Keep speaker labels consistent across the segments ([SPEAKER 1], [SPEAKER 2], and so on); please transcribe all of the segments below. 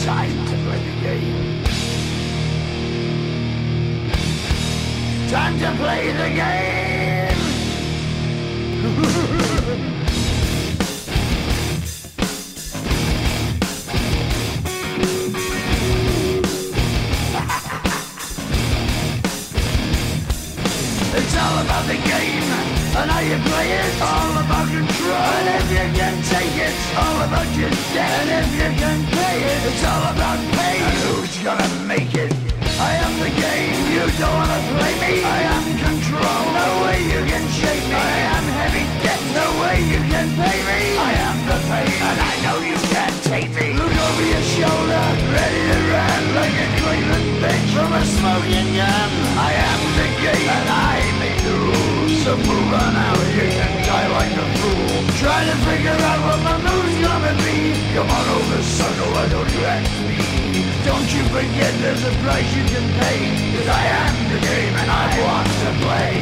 [SPEAKER 1] Time to play the game. Time to play the game. It's all about the game and how you play it. All about control. And if you can take it, it's all about your debt. And if you can pay it, it's all about pay. And who's gonna make it? I am the game. You don't wanna play me. I am control. No way you can shake me. I am heavy debt. No way you can pay me. I am the pain, and I know you can't take me. Look over your shoulder, ready to run like a Cleveland bitch from a smoking gun. I am the gate, and I make the rules. So move on out, you can die like a fool. Try to figure out what my mood's gonna be. Come on over, sucker, why don't you act me? Don't you forget there's a price you can pay. Cause I am the game, and I want to play.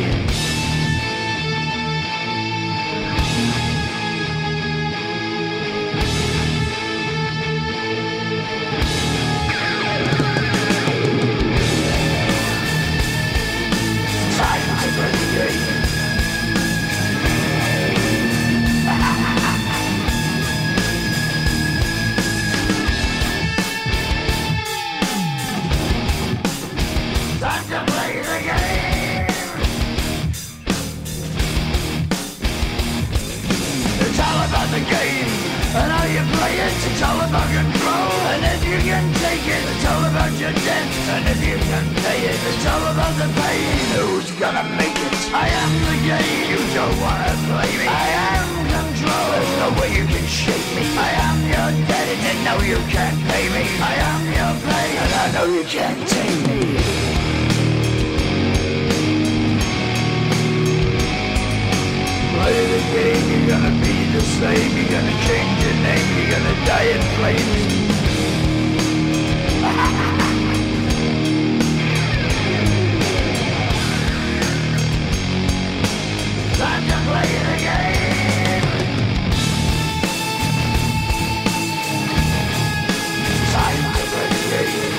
[SPEAKER 1] Time to play the game. Time to play the game. It's all about the game and how you play it. It's all about control and if you can take it. It's all about your debt and if you can pay it. It's all about the pain. Who's gonna make it? I am the game. You don't wanna play me. I am control. There's no way you can shake me. I am your debt and you know you can't pay me. I am your pain and I know you can't take me. Play the game, you're gonna be the same, you're gonna change your name, you're gonna die in flames. Time to play the game. Time to play the game.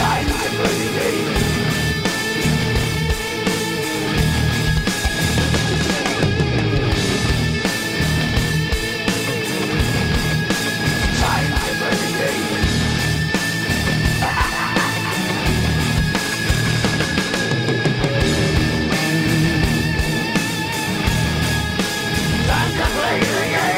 [SPEAKER 1] Time to play the game. Time to play the game. Time to play the game.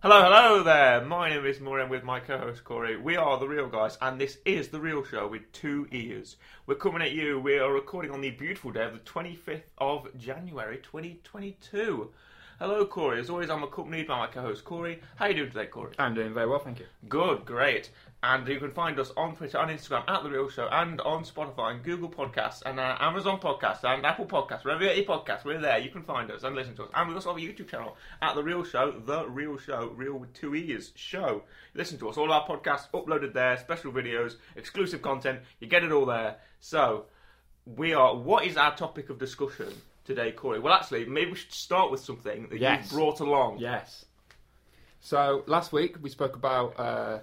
[SPEAKER 2] Hello, hello there. My name is Maureen with my co-host Corey. We are the Real Guys, and this is the Real Show with two ears. We're coming at you. We are recording on the beautiful day of the 25th of January, 2022. Hello, Corey. As always, I'm accompanied by my co-host Corey. How you doing today, Corey?
[SPEAKER 3] I'm doing very well, thank you.
[SPEAKER 2] Good, great. And you can find us on Twitter and Instagram at The Real Show and on Spotify and Google Podcasts and uh, Amazon Podcasts and Apple Podcasts, wherever you get your podcasts, we're there. You can find us and listen to us. And we also have a YouTube channel at The Real Show, The Real Show, Real with Two E's Show. Listen to us. All our podcasts uploaded there, special videos, exclusive content. You get it all there. So, we are. What is our topic of discussion today, Corey? Well, actually, maybe we should start with something that
[SPEAKER 3] Yes.
[SPEAKER 2] you brought along.
[SPEAKER 3] Yes. So last week we spoke about uh,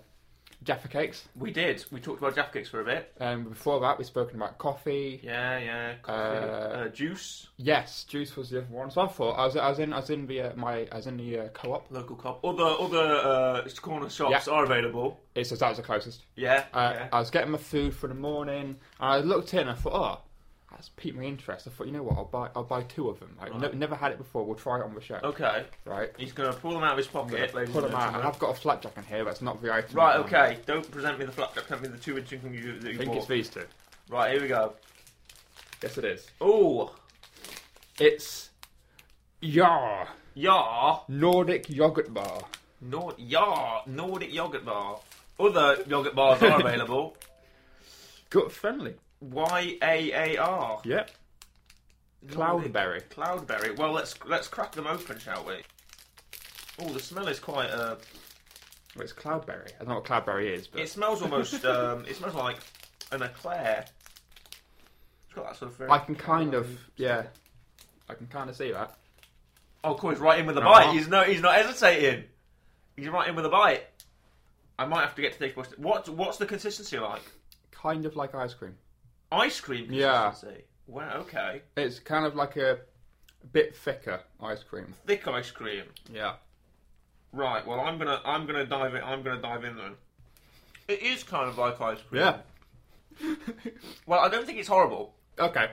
[SPEAKER 3] Jaffa cakes,
[SPEAKER 2] We did. We talked about Jaffa Cakes for a bit.
[SPEAKER 3] and before that we've spoken about coffee.
[SPEAKER 2] Yeah, yeah. Coffee. Uh,
[SPEAKER 3] Uh,
[SPEAKER 2] juice,
[SPEAKER 3] Yes, juice was the other one. So I thought I was, I was in, I was in the uh, my, I was in the uh, co-op.
[SPEAKER 2] local cop. Other other uh, corner shops
[SPEAKER 3] Yeah.
[SPEAKER 2] are available.
[SPEAKER 3] It's that was the closest.
[SPEAKER 2] Yeah,
[SPEAKER 3] Uh,
[SPEAKER 2] yeah.
[SPEAKER 3] I was getting my food for the morning, and I looked in. I thought, oh, that's piqued my interest. I thought, you know what, I'll buy, I'll buy two of them. I've
[SPEAKER 2] Right.
[SPEAKER 3] never had it before. We'll try it on the show.
[SPEAKER 2] okay,
[SPEAKER 3] Right.
[SPEAKER 2] he's gonna pull them out of his pocket. ladies
[SPEAKER 3] Put
[SPEAKER 2] and
[SPEAKER 3] them out.
[SPEAKER 2] gentlemen.
[SPEAKER 3] And I've got a flapjack in here. That's not the item.
[SPEAKER 2] Right,
[SPEAKER 3] Um,
[SPEAKER 2] okay. Don't present me the flapjack. Present me the two inch income you, that
[SPEAKER 3] I
[SPEAKER 2] you
[SPEAKER 3] think it's
[SPEAKER 2] bought.
[SPEAKER 3] these two.
[SPEAKER 2] Right, here we go.
[SPEAKER 3] Yes, it is.
[SPEAKER 2] Oh,
[SPEAKER 3] It's Yar
[SPEAKER 2] yeah.
[SPEAKER 3] Nordic yogurt bar.
[SPEAKER 2] Nord Yar Nordic yogurt bar. Other yogurt bars are available.
[SPEAKER 3] Gut friendly.
[SPEAKER 2] Y A A R.
[SPEAKER 3] Yep. Cloudberry.
[SPEAKER 2] Cloudberry. Well, let's let's crack them open, shall we? Oh, the smell is quite. Uh,
[SPEAKER 3] Well, it's cloudberry. I don't know what cloudberry is, but
[SPEAKER 2] it smells almost. um, it smells like an eclair. It's got that sort of. Very,
[SPEAKER 3] I can kind of yeah. I can kind of see that.
[SPEAKER 2] Oh, cool! He's right in with a
[SPEAKER 3] No,
[SPEAKER 2] bite.
[SPEAKER 3] I'm-
[SPEAKER 2] He's no. He's not hesitating. He's right in with a bite. I might have to get to take question. What What's the consistency like?
[SPEAKER 3] Kind of like ice cream.
[SPEAKER 2] Ice cream
[SPEAKER 3] Yeah.
[SPEAKER 2] consistency. Wow. Okay.
[SPEAKER 3] It's kind of like a bit thicker ice cream.
[SPEAKER 2] Thick ice cream.
[SPEAKER 3] Yeah.
[SPEAKER 2] Right. Well, I'm gonna I'm gonna dive in. I'm gonna dive in then. It is kind of like ice cream.
[SPEAKER 3] Yeah.
[SPEAKER 2] Well, I don't think it's horrible.
[SPEAKER 3] okay.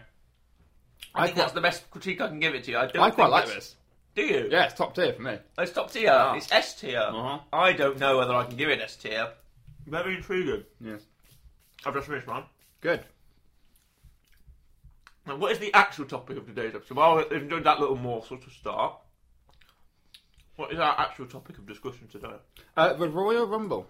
[SPEAKER 2] I, think
[SPEAKER 3] quite-
[SPEAKER 2] that's the best critique I can give it to you. I, don't
[SPEAKER 3] I quite
[SPEAKER 2] think
[SPEAKER 3] like
[SPEAKER 2] that's-
[SPEAKER 3] this.
[SPEAKER 2] Do you?
[SPEAKER 3] Yeah, it's top tier for me.
[SPEAKER 2] It's top tier.
[SPEAKER 3] Ah.
[SPEAKER 2] It's S tier.
[SPEAKER 3] Uh-huh.
[SPEAKER 2] I don't know whether I can give it S tier. Very intriguing.
[SPEAKER 3] Yes.
[SPEAKER 2] I've just finished mine.
[SPEAKER 3] Good.
[SPEAKER 2] Now, what is the actual topic of today's episode? Well, we've enjoyed that little morsel to start. What is our actual topic of discussion today?
[SPEAKER 3] Uh, the Royal Rumble.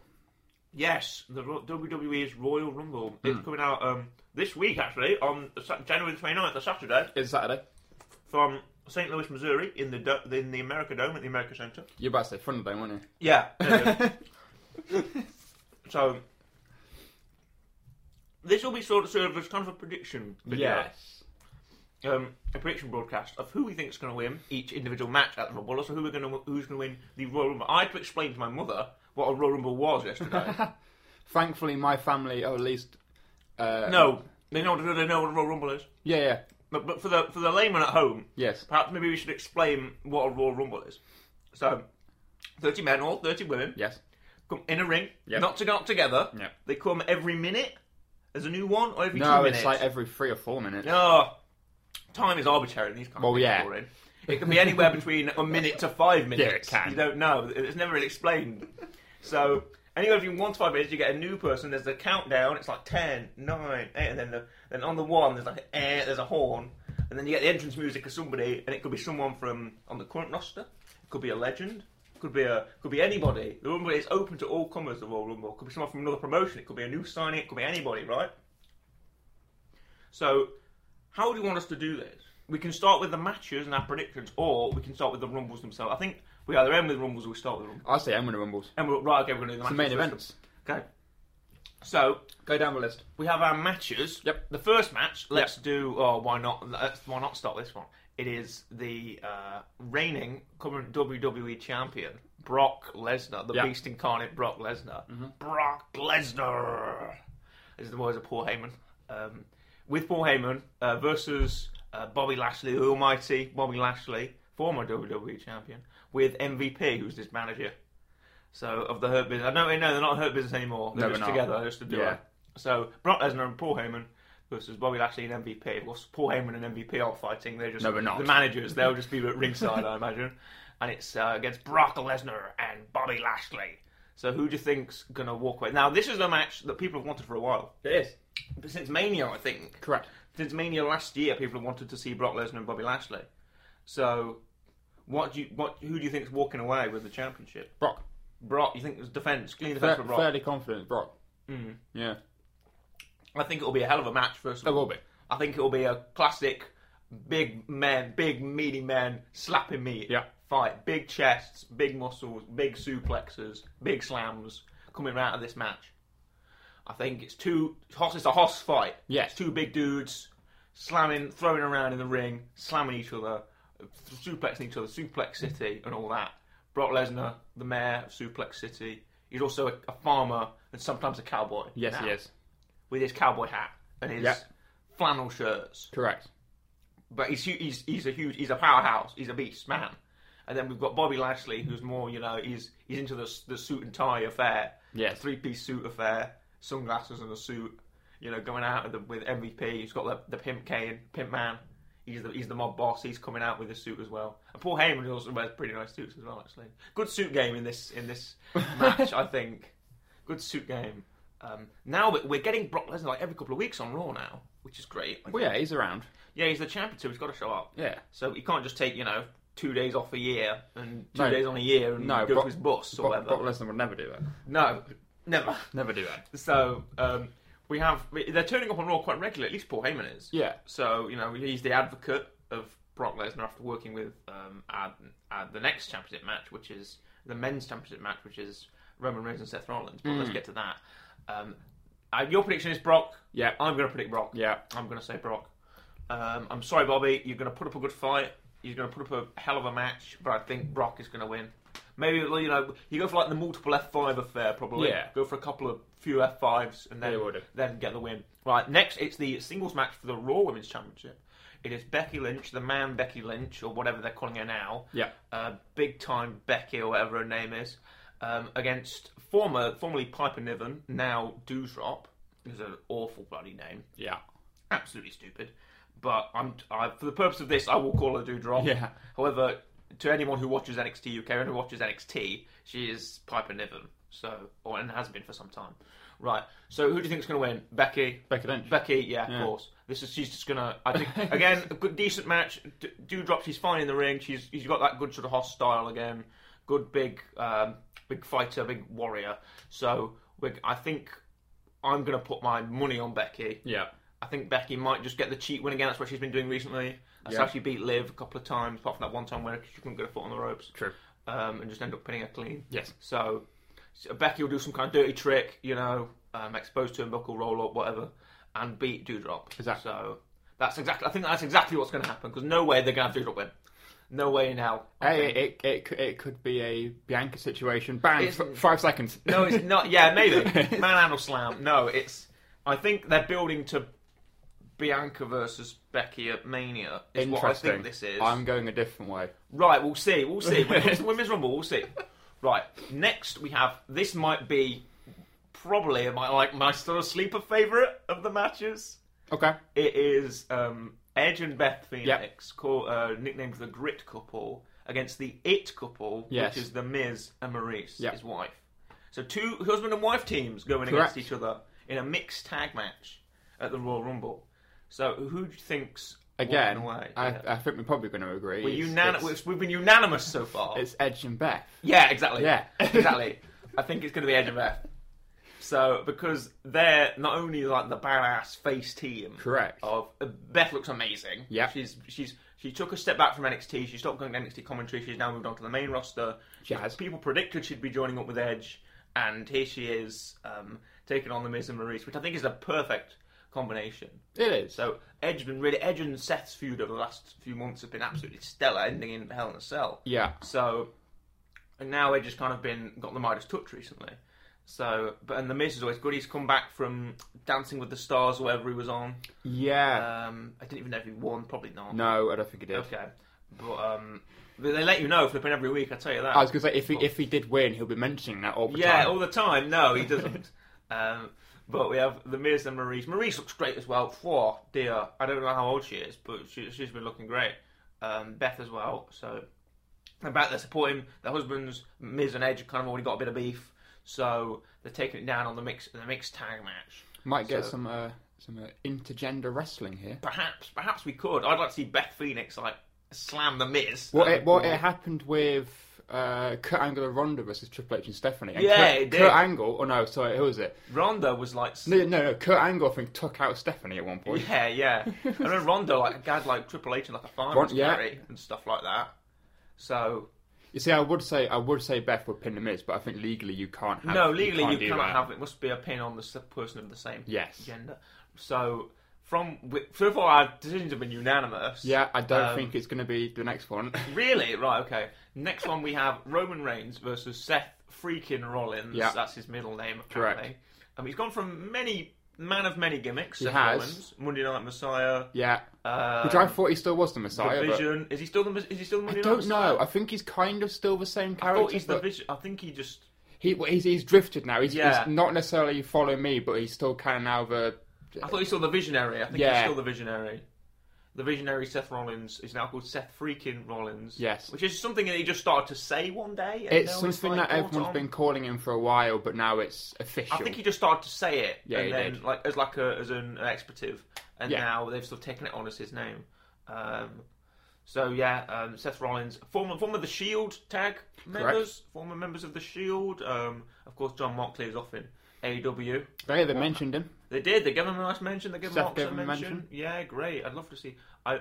[SPEAKER 2] Yes, the Ro- WWE's Royal Rumble. It's coming out um, this week, actually, on Sa- January the 29th, a Saturday,
[SPEAKER 3] It's Saturday. Do-
[SPEAKER 2] from St. Louis, Missouri, in the Do- in the America Dome at the America Center.
[SPEAKER 3] You're about to say Thunderdome, weren't you?
[SPEAKER 2] Yeah. so this will be sort of sort of as kind of a prediction video, um, a prediction broadcast of who we think is going to win each individual match at the Rumble, also who we're going to who's going to win the Royal Rumble. I had to explain to my mother what a Royal Rumble was yesterday.
[SPEAKER 3] Thankfully, my family, or at least. Uh,
[SPEAKER 2] no, they know they know what a Royal Rumble is,
[SPEAKER 3] Yeah, yeah.
[SPEAKER 2] but, but for the for the layman at home,
[SPEAKER 3] Yes.
[SPEAKER 2] perhaps maybe we should explain what a Royal Rumble is. So. 30 men, all 30 women,
[SPEAKER 3] Yes.
[SPEAKER 2] come in a ring,
[SPEAKER 3] Yep.
[SPEAKER 2] not to go up together.
[SPEAKER 3] Yep.
[SPEAKER 2] They come every minute. There's a new one, or every
[SPEAKER 3] No,
[SPEAKER 2] two
[SPEAKER 3] it's
[SPEAKER 2] minutes.
[SPEAKER 3] like every three or four minutes.
[SPEAKER 2] No, Oh, time is arbitrary in these kind
[SPEAKER 3] Well,
[SPEAKER 2] of things.
[SPEAKER 3] yeah.
[SPEAKER 2] Corinne. It can be anywhere between a minute to five minutes.
[SPEAKER 3] can.
[SPEAKER 2] You don't know. It's never really explained. So anywhere between one to five minutes, you get a new person. There's the countdown. It's like 10, 9, 8, and then the, then on the one there's like eh, there's a horn, and then you get the entrance music of somebody, and it could be someone from on the current roster. It could be a legend. Could be a could be anybody. The Rumble is open to all comers. The Royal Rumble could be someone from another promotion. It could be a new signing. It could be anybody, right? So, how do you want us to do this? We can start with the matches and our predictions, or we can start with the rumbles themselves. I think we either end with rumbles or we start with rumbles.
[SPEAKER 3] I say I'm winning Rumbles.
[SPEAKER 2] And we're right, okay, we're going to do the
[SPEAKER 3] It's the
[SPEAKER 2] matches
[SPEAKER 3] main
[SPEAKER 2] first.
[SPEAKER 3] events.
[SPEAKER 2] Okay. So
[SPEAKER 3] Go down the list.
[SPEAKER 2] we have our matches.
[SPEAKER 3] Yep.
[SPEAKER 2] The first match. Let's do. Oh, why not? Let's, why not start this one? It is the uh, reigning current WWE champion Brock Lesnar, the
[SPEAKER 3] Yeah. Mm-hmm.
[SPEAKER 2] Beast incarnate Brock Lesnar. Brock Lesnar is the words of Paul Heyman. Um, with Paul Heyman uh, versus uh, Bobby Lashley, the Almighty Bobby Lashley, former WWE champion, with MVP, who's his manager. So of the Hurt Business, I know no, they're not Hurt Business anymore. They're
[SPEAKER 3] No,
[SPEAKER 2] just
[SPEAKER 3] they're not.
[SPEAKER 2] together, just a duo.
[SPEAKER 3] Yeah.
[SPEAKER 2] So Brock Lesnar and Paul Heyman versus Bobby Lashley and MVP. Of course, Paul Heyman and MVP aren't fighting. They're just
[SPEAKER 3] No, they're not.
[SPEAKER 2] the managers. They'll just be at ringside, I imagine. And it's uh, against Brock Lesnar and Bobby Lashley. So who do you think's gonna walk away? Now this is a match that people have wanted for a while.
[SPEAKER 3] It is.
[SPEAKER 2] But since Mania, I think.
[SPEAKER 3] Correct.
[SPEAKER 2] Since Mania last year, people have wanted to see Brock Lesnar and Bobby Lashley. So, what do you, what who do you think's walking away with the championship?
[SPEAKER 3] Brock.
[SPEAKER 2] Brock, you think it's defense, clean defense
[SPEAKER 3] Fair,
[SPEAKER 2] for Brock? Mm-hmm.
[SPEAKER 3] fairly confident, Brock. Mm. Yeah.
[SPEAKER 2] I think it'll be a hell of a match. First of
[SPEAKER 3] There
[SPEAKER 2] all,
[SPEAKER 3] will be.
[SPEAKER 2] I think it'll be a classic big men, big meaty men slapping meat
[SPEAKER 3] Yeah.
[SPEAKER 2] fight. Big chests, big muscles, big suplexes, big slams coming out of this match. I think it's two hoss. It's a hoss fight.
[SPEAKER 3] Yes.
[SPEAKER 2] It's two big dudes slamming, throwing around in the ring, slamming each other, suplexing each other, suplex city, and all that. Brock Lesnar, the mayor of Suplex City, he's also a, a farmer and sometimes a cowboy.
[SPEAKER 3] Yes,
[SPEAKER 2] now
[SPEAKER 3] he is.
[SPEAKER 2] with his cowboy hat and his
[SPEAKER 3] Yeah.
[SPEAKER 2] flannel shirts.
[SPEAKER 3] Correct.
[SPEAKER 2] But he's, hu- he's he's a huge he's a powerhouse. He's a beast man. And then we've got Bobby Lashley, who's more you know he's he's into the s- the suit and tie affair.
[SPEAKER 3] Yes.
[SPEAKER 2] three piece suit affair, sunglasses and a suit. You know, going out with, the, with MVP. He's got the, the pimp cane, pimp man. He's the, he's the mob boss. He's coming out with a suit as well. And Paul Heyman also wears pretty nice suits as well. Actually, good suit game in this in this match. I think good suit game. Um, now we- we're getting Brock Lesnar like every couple of weeks on Raw now, which is great.
[SPEAKER 3] Well, yeah, he's around.
[SPEAKER 2] Yeah, he's the champion, so he's got to show up.
[SPEAKER 3] Yeah.
[SPEAKER 2] So he can't just take you know two days off a year and two
[SPEAKER 3] No.
[SPEAKER 2] days on a year and
[SPEAKER 3] No,
[SPEAKER 2] go
[SPEAKER 3] Brock-
[SPEAKER 2] to his bus or
[SPEAKER 3] Brock,
[SPEAKER 2] whatever.
[SPEAKER 3] Brock Lesnar would never do that.
[SPEAKER 2] no, never.
[SPEAKER 3] Never do that.
[SPEAKER 2] So um, we have we- they're turning up on Raw quite regularly. At least Paul Heyman is.
[SPEAKER 3] Yeah.
[SPEAKER 2] So you know he's the advocate of Brock Lesnar after working with um, at, at the next championship match, which is the men's championship match, which is Roman Reigns and Seth Rollins. But let's get to that. Um, uh, your prediction is Brock.
[SPEAKER 3] Yeah.
[SPEAKER 2] I'm going to predict Brock.
[SPEAKER 3] Yeah.
[SPEAKER 2] I'm going to say Brock. Um, I'm sorry, Bobby. You're going to put up a good fight. You're going to put up a hell of a match, but I think Brock is going to win. Maybe well, you know you go for like the multiple F5 affair, probably.
[SPEAKER 3] Yeah.
[SPEAKER 2] Go for a couple of few F5s and then
[SPEAKER 3] They would.
[SPEAKER 2] then get the win. Right. Next, it's the singles match for the Raw Women's Championship. It is Becky Lynch, the man Becky Lynch, or whatever they're calling her now.
[SPEAKER 3] Yeah.
[SPEAKER 2] Uh, big time Becky or whatever her name is, um, against former formerly Piper Niven, now Doosrop. Is an awful bloody name
[SPEAKER 3] Yeah.
[SPEAKER 2] absolutely stupid. But I'm I, for the purpose of this, I will call her Doudrop.
[SPEAKER 3] Yeah.
[SPEAKER 2] However, to anyone who watches NXT UK and who watches NXT, she is Piper Niven. So, or and has been for some time. Right. So, who do you think's going to win? Becky.
[SPEAKER 3] Becky Lynch.
[SPEAKER 2] Becky. Yeah, of
[SPEAKER 3] Yeah.
[SPEAKER 2] course. This is she's just going to. I think again, a good decent match. D- Doudrop. She's fine in the ring. She's she's got that good sort of hostile again. Good big um, big fighter, big warrior. So, we I think. I'm going to put my money on Becky.
[SPEAKER 3] Yeah.
[SPEAKER 2] I think Becky might just get the cheat win again. That's what she's been doing recently. That's
[SPEAKER 3] Yeah.
[SPEAKER 2] how she beat Liv a couple of times, apart from that one time where she couldn't get a foot on the ropes.
[SPEAKER 3] True.
[SPEAKER 2] Um, and just end up pinning her clean.
[SPEAKER 3] Yes.
[SPEAKER 2] So, so Becky will do some kind of dirty trick, you know, um, exposed to him, buckle roll up, whatever, and beat Dewdrop.
[SPEAKER 3] Exactly.
[SPEAKER 2] So that's exactly. I think that's exactly what's going to happen because no way they're going to have Dewdrop win. No way in hell. I
[SPEAKER 3] Hey,
[SPEAKER 2] think.
[SPEAKER 3] it, it, it, could- it could be a Bianca situation. Bang!
[SPEAKER 2] It's-
[SPEAKER 3] F- five seconds.
[SPEAKER 2] No, it's not. Yeah, maybe manhandle slam. No, it's. I think they're building to Bianca versus Becky at Mania. Is what I think this is.
[SPEAKER 3] I'm going a different way.
[SPEAKER 2] Right, we'll see. We'll see. When it comes to Women's Rumble, we'll see. Right, next we have this might be probably my like my sort of sleeper favourite of the matches.
[SPEAKER 3] Okay.
[SPEAKER 2] It is um, Edge and Beth Phoenix, call, uh, nicknamed the Grit Couple, against the It Couple,
[SPEAKER 3] Yes.
[SPEAKER 2] which is the Miz and Maurice,
[SPEAKER 3] Yep.
[SPEAKER 2] his wife. So two husband and wife teams going
[SPEAKER 3] Correct.
[SPEAKER 2] against each other in a mixed tag match at the Royal Rumble. So who do you think's
[SPEAKER 3] Again,
[SPEAKER 2] walking away?
[SPEAKER 3] I,
[SPEAKER 2] Yeah.
[SPEAKER 3] I think we're probably going to agree.
[SPEAKER 2] We're
[SPEAKER 3] It's-
[SPEAKER 2] unani-
[SPEAKER 3] it's-
[SPEAKER 2] we've been unanimous so far.
[SPEAKER 3] It's Edge and Beth.
[SPEAKER 2] Yeah, exactly.
[SPEAKER 3] Yeah.
[SPEAKER 2] exactly. I think it's going to be Edge and Beth. So because they're not only like the badass face team,
[SPEAKER 3] Correct.
[SPEAKER 2] Of uh, Beth looks amazing.
[SPEAKER 3] Yep.
[SPEAKER 2] she's she's she took a step back from NXT. She stopped going to NXT commentary. She's now moved on to the main roster.
[SPEAKER 3] She has.
[SPEAKER 2] People predicted she'd be joining up with Edge, and here she is um, taking on the Miz and Maurice, which I think is a perfect combination.
[SPEAKER 3] It is.
[SPEAKER 2] So Edge been really Edge and Seth's feud over the last few months have been absolutely stellar, ending in Hell in a Cell.
[SPEAKER 3] Yeah.
[SPEAKER 2] So and now Edge has kind of been got the Midas touch recently. So but and the Miz is always good. He's come back from Dancing with the Stars or whatever he was on.
[SPEAKER 3] yeah.
[SPEAKER 2] Um, I didn't even know if he won, probably not.
[SPEAKER 3] no, I don't think it is.
[SPEAKER 2] Okay. But um but they let you know flipping every week, I tell you that.
[SPEAKER 3] I was going to say if he if he did win, he'll be mentioning that all the
[SPEAKER 2] yeah,
[SPEAKER 3] time.
[SPEAKER 2] all the time. No, he doesn't. um, but we have the Miz and Maurice. Maurice looks great as well. Four, dear. I don't know how old she is, but she, she's been looking great. Um, Beth as well. So about they're supporting their husbands. Miz and Edge have kind of already got a bit of beef, so they're taking it down on the mix the mixed tag match.
[SPEAKER 3] Might get
[SPEAKER 2] so-
[SPEAKER 3] some uh, some uh, intergender wrestling here.
[SPEAKER 2] Perhaps, perhaps we could. I'd like to see Beth Phoenix like slam the Miz.
[SPEAKER 3] What it, what it happened with uh, Kurt Angle and Ronda versus Triple H and Stephanie. And
[SPEAKER 2] Yeah,
[SPEAKER 3] Kurt,
[SPEAKER 2] it did.
[SPEAKER 3] Kurt Angle. Oh no, sorry, who was it?
[SPEAKER 2] Ronda was like. s-
[SPEAKER 3] No, no, no. Kurt Angle I think took out Stephanie at one point.
[SPEAKER 2] Yeah, yeah. I remember Rondo like had like Triple H and like a fireman's
[SPEAKER 3] Ron- yeah.
[SPEAKER 2] carry and stuff like that. So
[SPEAKER 3] You see, I would say I would say Beth would pin the Miz, but I think legally you can't have.
[SPEAKER 2] no, legally you,
[SPEAKER 3] do
[SPEAKER 2] cannot
[SPEAKER 3] that.
[SPEAKER 2] have it. Must be a pin on the s- person of the same
[SPEAKER 3] Yes.
[SPEAKER 2] gender. So from wi- so far our decisions have been unanimous.
[SPEAKER 3] Yeah, I don't
[SPEAKER 2] Um,
[SPEAKER 3] think it's going to be the next one.
[SPEAKER 2] Really? Right. Okay. Next one we have Roman Reigns versus Seth freaking Rollins.
[SPEAKER 3] Yeah.
[SPEAKER 2] That's his middle name
[SPEAKER 3] Correct.
[SPEAKER 2] apparently. Um, he's gone from many man of many gimmicks. Seth
[SPEAKER 3] has.
[SPEAKER 2] Rollins, Monday Night Messiah.
[SPEAKER 3] yeah,
[SPEAKER 2] Uh,
[SPEAKER 3] which I thought he still was the Messiah.
[SPEAKER 2] the
[SPEAKER 3] but-
[SPEAKER 2] Vision. Is he still the Is he still the Monday
[SPEAKER 3] I
[SPEAKER 2] Night
[SPEAKER 3] don't
[SPEAKER 2] Messiah?
[SPEAKER 3] know. I think he's kind of still the same
[SPEAKER 2] I
[SPEAKER 3] character.
[SPEAKER 2] thought he's the
[SPEAKER 3] but
[SPEAKER 2] vision. I think he just.
[SPEAKER 3] he, well, he's, he's drifted now. He's,
[SPEAKER 2] Yeah.
[SPEAKER 3] he's not necessarily following me, but he's still kind of now the.
[SPEAKER 2] I thought he saw the visionary. I think he's
[SPEAKER 3] Yeah.
[SPEAKER 2] still the visionary. The visionary Seth Rollins is now called Seth freaking Rollins.
[SPEAKER 3] Yes.
[SPEAKER 2] which is something that he just started to say one day. and
[SPEAKER 3] It's
[SPEAKER 2] now
[SPEAKER 3] something
[SPEAKER 2] like
[SPEAKER 3] that
[SPEAKER 2] caught
[SPEAKER 3] everyone's
[SPEAKER 2] on.
[SPEAKER 3] been calling him for a while, but now it's official.
[SPEAKER 2] I think he just started to say it,
[SPEAKER 3] Yeah,
[SPEAKER 2] and
[SPEAKER 3] he
[SPEAKER 2] then
[SPEAKER 3] did.
[SPEAKER 2] like as like a as an, an expletive, and
[SPEAKER 3] Yeah.
[SPEAKER 2] now they've sort of taken it on as his name. Um, So yeah, um, Seth Rollins, former former the Shield tag members, former members of the Shield. Um, of course, John Moxley is off in E AEW.
[SPEAKER 3] They they mentioned him.
[SPEAKER 2] They did. They gave him a nice mention. They gave
[SPEAKER 3] Seth
[SPEAKER 2] Mox a
[SPEAKER 3] gave him a
[SPEAKER 2] mention.
[SPEAKER 3] mention.
[SPEAKER 2] Yeah, great. I'd love to see. I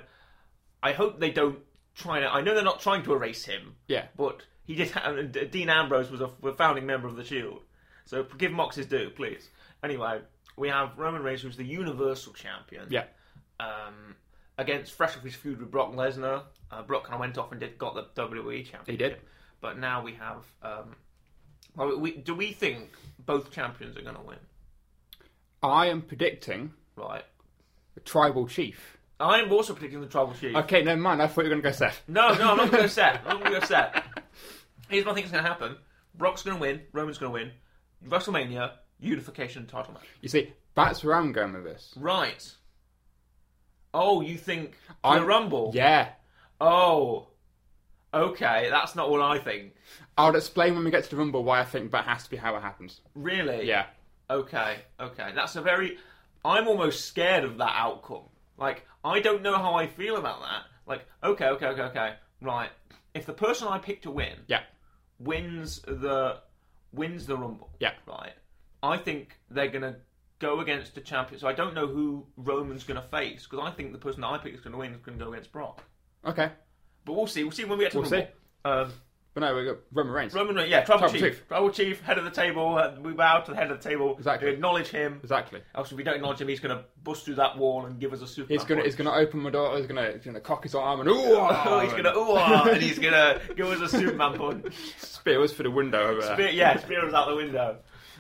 [SPEAKER 2] I hope they don't try to. I know they're not trying to erase him,
[SPEAKER 3] Yeah.
[SPEAKER 2] but he did. Have, and Dean Ambrose was a, a founding member of the Shield, so give Mox his due, please. Anyway, we have Roman Reigns, who's the Universal Champion.
[SPEAKER 3] Yeah.
[SPEAKER 2] Um, against fresh off his feud with Brock Lesnar, uh, Brock kind of went off and did got the WWE Championship.
[SPEAKER 3] He did.
[SPEAKER 2] But now we have. Um, well, we, do we think both champions are going to win?
[SPEAKER 3] I am predicting
[SPEAKER 2] Right.
[SPEAKER 3] a tribal chief.
[SPEAKER 2] I'm also predicting the Tribal Chief.
[SPEAKER 3] Okay, never mind. I thought you were going to go Seth.
[SPEAKER 2] No, no, I'm not going to go Seth. I'm not going to go Seth. Here's what I think is going to happen: Brock's going to win, Roman's going to win, WrestleMania unification title match.
[SPEAKER 3] You see, that's where I'm going with this.
[SPEAKER 2] Right. Oh, you think the
[SPEAKER 3] I'm-
[SPEAKER 2] Rumble?
[SPEAKER 3] Yeah.
[SPEAKER 2] Oh. Okay, that's not what I think.
[SPEAKER 3] I'll explain when we get to the Rumble why I think that has to be how it happens.
[SPEAKER 2] Really?
[SPEAKER 3] Yeah.
[SPEAKER 2] Okay. Okay. That's a very. I'm almost scared of that outcome. Like I don't know how I feel about that. Like okay, okay, okay, okay. Right. If the person I pick to win
[SPEAKER 3] Yeah.
[SPEAKER 2] wins the wins the rumble.
[SPEAKER 3] Yeah.
[SPEAKER 2] Right. I think they're gonna go against the champion. So I don't know who Roman's gonna face because I think the person that I pick is gonna win is gonna go against Brock.
[SPEAKER 3] Okay.
[SPEAKER 2] But we'll see. We'll see when we get to
[SPEAKER 3] We'll
[SPEAKER 2] the rumble. Um,
[SPEAKER 3] But no, we got Roman Reigns.
[SPEAKER 2] Roman, Reigns- yeah, Tribal
[SPEAKER 3] Tribal
[SPEAKER 2] Chief.
[SPEAKER 3] Chief.
[SPEAKER 2] Tribal Chief, head of the table. Uh, we bow to the head of the table.
[SPEAKER 3] Exactly.
[SPEAKER 2] We acknowledge him.
[SPEAKER 3] exactly.
[SPEAKER 2] Else, if we don't acknowledge him, he's going to bust through that wall and give us a super.
[SPEAKER 3] He's gonna he's gonna open my door. He's gonna he's gonna cock his arm and ooh.
[SPEAKER 2] Oh, he's gonna ooh, ah, and he's gonna give us a Superman punch.
[SPEAKER 3] spear was for the window over there.
[SPEAKER 2] Spear, yeah, spear us out the window.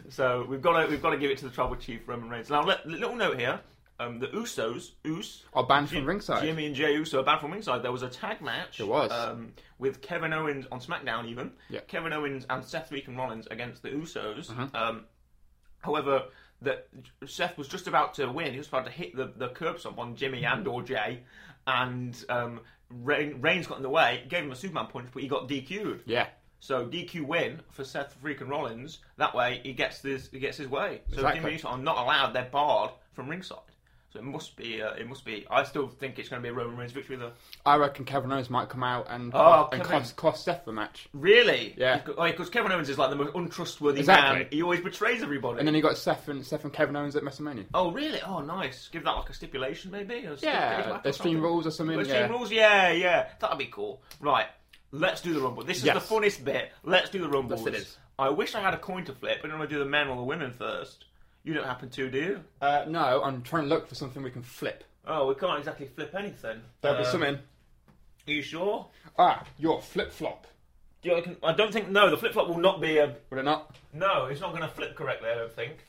[SPEAKER 2] So we've got to we've got to give it to the Tribal Chief Roman Reigns. Now, let, little note here: um, the Usos, Us,
[SPEAKER 3] Are banned from ringside.
[SPEAKER 2] Jimmy and Jey Uso are banned from ringside. There was a tag match. There
[SPEAKER 3] was.
[SPEAKER 2] um, with Kevin Owens on SmackDown, even
[SPEAKER 3] Yeah. Uh-huh.
[SPEAKER 2] Kevin Owens and Seth Freakin' Rollins against the Usos. Um, however, that Seth was just about to win. He was about to hit the, the curb stomp on Jimmy
[SPEAKER 3] Mm-hmm.
[SPEAKER 2] and or Jay, and um, Rain, Reigns got in the way, gave him a Superman punch, but he got DQ'd.
[SPEAKER 3] Yeah.
[SPEAKER 2] So DQ win for Seth freaking Rollins. That way he gets this he gets his way. So
[SPEAKER 3] Exactly.
[SPEAKER 2] Jimmy Uso are not allowed. They're barred from ringside. So it must be uh, it must be. I still think it's going to be a Roman Reigns victory though.
[SPEAKER 3] I reckon Kevin Owens might come out and
[SPEAKER 2] Oh,
[SPEAKER 3] and
[SPEAKER 2] Kevin.
[SPEAKER 3] cost, cost Seth the match.
[SPEAKER 2] Really? oh,
[SPEAKER 3] Yeah.
[SPEAKER 2] Because Kevin Owens is like the most untrustworthy
[SPEAKER 3] Exactly.
[SPEAKER 2] man. He always betrays everybody.
[SPEAKER 3] And then he got Seth and Seth and Kevin Owens at WrestleMania.
[SPEAKER 2] oh really? Oh nice. Give that like a stipulation maybe. Or stipulation
[SPEAKER 3] Yeah,
[SPEAKER 2] match or
[SPEAKER 3] there's team
[SPEAKER 2] something.
[SPEAKER 3] rules or something.
[SPEAKER 2] There's
[SPEAKER 3] Yeah.
[SPEAKER 2] team rules. Yeah, yeah. That'd be cool. Right. Let's do the rumble. This is
[SPEAKER 3] Yes.
[SPEAKER 2] the funnest bit. Let's do the rumble.
[SPEAKER 3] Yes, it is.
[SPEAKER 2] I wish I had a coin to flip, but I'm gonna do the men or the women first. You don't happen to, do you?
[SPEAKER 3] Uh, no, I'm trying to look for something we can flip.
[SPEAKER 2] Oh, we can't exactly flip anything.
[SPEAKER 3] There'll be
[SPEAKER 2] Um,
[SPEAKER 3] something.
[SPEAKER 2] Are you sure?
[SPEAKER 3] Ah, your flip flop.
[SPEAKER 2] Do you reckon- I don't think. No, the flip flop will not be a.
[SPEAKER 3] Would it not?
[SPEAKER 2] No, it's not going to flip correctly. I don't think.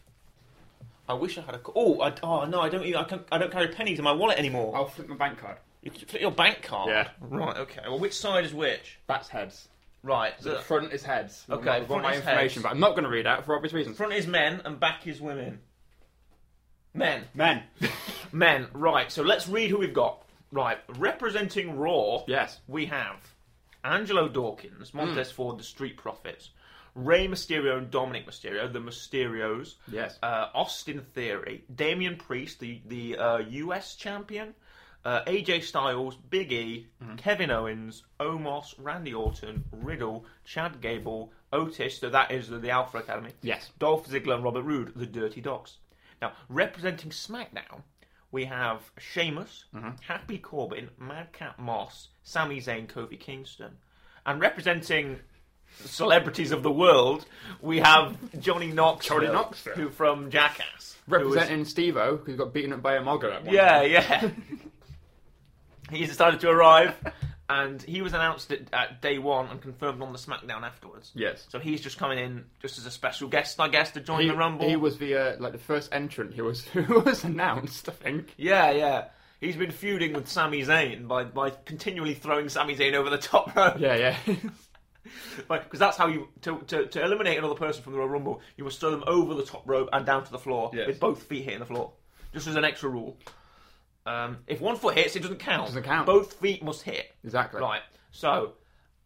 [SPEAKER 2] I wish I had a. co- Oh, I, oh no, I don't. Even, I, can, I don't carry pennies in my wallet anymore.
[SPEAKER 3] I'll flip my bank card.
[SPEAKER 2] You can flip your bank card.
[SPEAKER 3] Oh. Yeah.
[SPEAKER 2] Right. Okay. Well, which side is which?
[SPEAKER 3] That's heads.
[SPEAKER 2] Right.
[SPEAKER 3] The
[SPEAKER 2] The
[SPEAKER 3] front is heads.
[SPEAKER 2] Okay,
[SPEAKER 3] I've got
[SPEAKER 2] front
[SPEAKER 3] my
[SPEAKER 2] is
[SPEAKER 3] information,
[SPEAKER 2] heads.
[SPEAKER 3] but I'm not going to read out for obvious reasons.
[SPEAKER 2] front is men and back is women. Men.
[SPEAKER 3] Men.
[SPEAKER 2] Men. Right. So let's read who we've got. Right. Representing Raw.
[SPEAKER 3] yes.
[SPEAKER 2] we have Angelo Dawkins, Montez Ford, the Street Profits, Rey Mysterio and Dominic Mysterio, the Mysterios,
[SPEAKER 3] Yes.
[SPEAKER 2] uh, Austin Theory, Damian Priest, the the uh, US champion, uh, AJ Styles, Big E,
[SPEAKER 3] Mm-hmm.
[SPEAKER 2] Kevin Owens, Omos, Randy Orton, Riddle, Chad Gable, Otis. So that is the, the Alpha Academy.
[SPEAKER 3] Yes.
[SPEAKER 2] Dolph Ziggler and Robert Roode, the Dirty Dogs. Now, representing SmackDown, we have Sheamus,
[SPEAKER 3] Mm-hmm.
[SPEAKER 2] Happy Corbin, Madcap Moss, Sami Zayn, Kofi Kingston. And representing celebrities of the world, we have Johnny Knox,
[SPEAKER 3] Johnny Knoxville.
[SPEAKER 2] who from Jackass. who was-
[SPEAKER 3] Representing Steve O, who got beaten up by a mogger at one
[SPEAKER 2] yeah,
[SPEAKER 3] time.
[SPEAKER 2] yeah. He's decided to arrive, and he was announced at, at day one and confirmed on the SmackDown afterwards.
[SPEAKER 3] Yes.
[SPEAKER 2] So he's just coming in just as a special guest, I guess, to join
[SPEAKER 3] He,
[SPEAKER 2] the Rumble.
[SPEAKER 3] he was the uh, like the first entrant who was who was announced, I think.
[SPEAKER 2] Yeah, yeah. He's been feuding with Sami Zayn by, by continually throwing Sami Zayn over the top rope.
[SPEAKER 3] Yeah, yeah.
[SPEAKER 2] Because that's how you to, to, to eliminate another person from the Royal Rumble, you must throw them over the top rope and down to the floor
[SPEAKER 3] Yes.
[SPEAKER 2] with both feet hitting the floor, just as an extra rule. Um, if one foot hits, it doesn't count.
[SPEAKER 3] Doesn't count.
[SPEAKER 2] Both feet must hit.
[SPEAKER 3] exactly.
[SPEAKER 2] Right. So,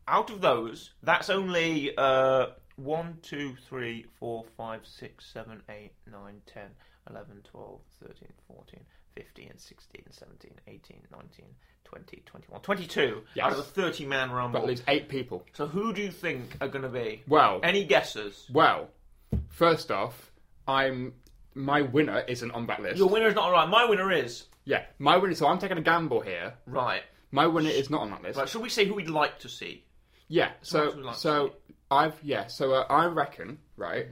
[SPEAKER 2] out of those, that's only uh, 1, 2, 3, 4, 5, 6, 7, 8, 9, 10, 11, 12, 13, 14, 15, 16, 17, 18, 19, 20, 21, 22
[SPEAKER 3] Yes.
[SPEAKER 2] out of a 30 man
[SPEAKER 3] But
[SPEAKER 2] rumble.
[SPEAKER 3] at least eight people.
[SPEAKER 2] So who do you think are going to be?
[SPEAKER 3] Well,
[SPEAKER 2] Any guesses?
[SPEAKER 3] well. First off, I'm my winner isn't on that list.
[SPEAKER 2] Your winner is not right. My winner is
[SPEAKER 3] Yeah, my winner. So I'm taking a gamble here.
[SPEAKER 2] right.
[SPEAKER 3] My winner is not on that list.
[SPEAKER 2] Right. Should we say who we'd like to see?
[SPEAKER 3] Yeah.
[SPEAKER 2] much we
[SPEAKER 3] So
[SPEAKER 2] like
[SPEAKER 3] so I've yeah. So uh, I reckon right.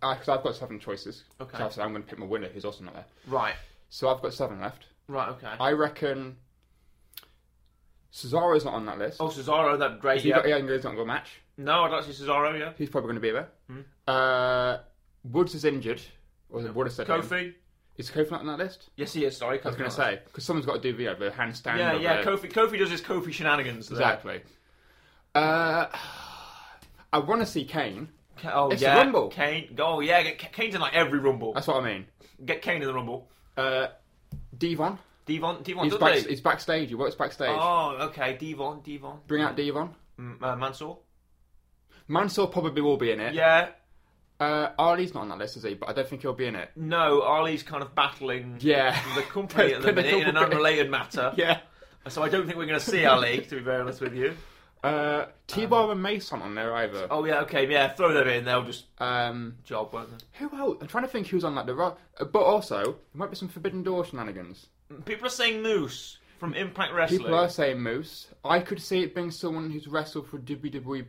[SPEAKER 3] Because I've got seven choices.
[SPEAKER 2] Mm-hmm. Okay.
[SPEAKER 3] So I said I'm going to pick my winner, who's also not there.
[SPEAKER 2] Right.
[SPEAKER 3] So I've got seven left.
[SPEAKER 2] Right. Okay.
[SPEAKER 3] I reckon Cesaro's not on that list.
[SPEAKER 2] oh, Cesaro. That great.
[SPEAKER 3] He
[SPEAKER 2] Yeah.
[SPEAKER 3] got, yeah, he's not got a match.
[SPEAKER 2] No, I'd like to see Cesaro. Yeah.
[SPEAKER 3] He's probably going to be there.
[SPEAKER 2] Hmm.
[SPEAKER 3] Uh, Woods is injured. Or is it Woods said him?
[SPEAKER 2] Kofi.
[SPEAKER 3] Is Kofi not on that list?
[SPEAKER 2] Yes, he is. Sorry, Kofi.
[SPEAKER 3] I was going to say because someone's got to do the, uh, the handstand.
[SPEAKER 2] Yeah,
[SPEAKER 3] or
[SPEAKER 2] yeah.
[SPEAKER 3] the-
[SPEAKER 2] Kofi. Kofi does his Kofi shenanigans. There.
[SPEAKER 3] Exactly. Uh, I want to see Kane.
[SPEAKER 2] Ca- Oh
[SPEAKER 3] It's the
[SPEAKER 2] yeah.
[SPEAKER 3] Rumble.
[SPEAKER 2] Kane. Oh yeah. Get Ca- Kane's in like every rumble.
[SPEAKER 3] That's what I mean.
[SPEAKER 2] Get Kane in the rumble.
[SPEAKER 3] Uh, Devon.
[SPEAKER 2] Devon. Devon.
[SPEAKER 3] He's,
[SPEAKER 2] Oh, does
[SPEAKER 3] back, he's backstage. He works backstage.
[SPEAKER 2] Oh, okay. Devon. Devon.
[SPEAKER 3] Bring out Devon.
[SPEAKER 2] M- uh, Mansoor.
[SPEAKER 3] Mansour probably will be in it.
[SPEAKER 2] Yeah.
[SPEAKER 3] Uh, Ali's not on that list, is he? But I don't think he'll be in it.
[SPEAKER 2] No, Ali's kind of battling
[SPEAKER 3] Yeah.
[SPEAKER 2] the company at the
[SPEAKER 3] Pinnacle
[SPEAKER 2] minute in an
[SPEAKER 3] company.
[SPEAKER 2] unrelated matter.
[SPEAKER 3] Yeah.
[SPEAKER 2] So I don't think we're going to see Ali, to be very honest with you.
[SPEAKER 3] Uh, T-Bar and Mason on there either.
[SPEAKER 2] Um, Oh yeah, okay, yeah. Throw them in, they'll just
[SPEAKER 3] Um,
[SPEAKER 2] job, won't they?
[SPEAKER 3] who else? I'm trying to think who's on like the rock. Uh, but also, there might be some Forbidden Door shenanigans.
[SPEAKER 2] People are saying Moose from Impact Wrestling.
[SPEAKER 3] People are saying Moose. I could see it being someone who's wrestled for WWE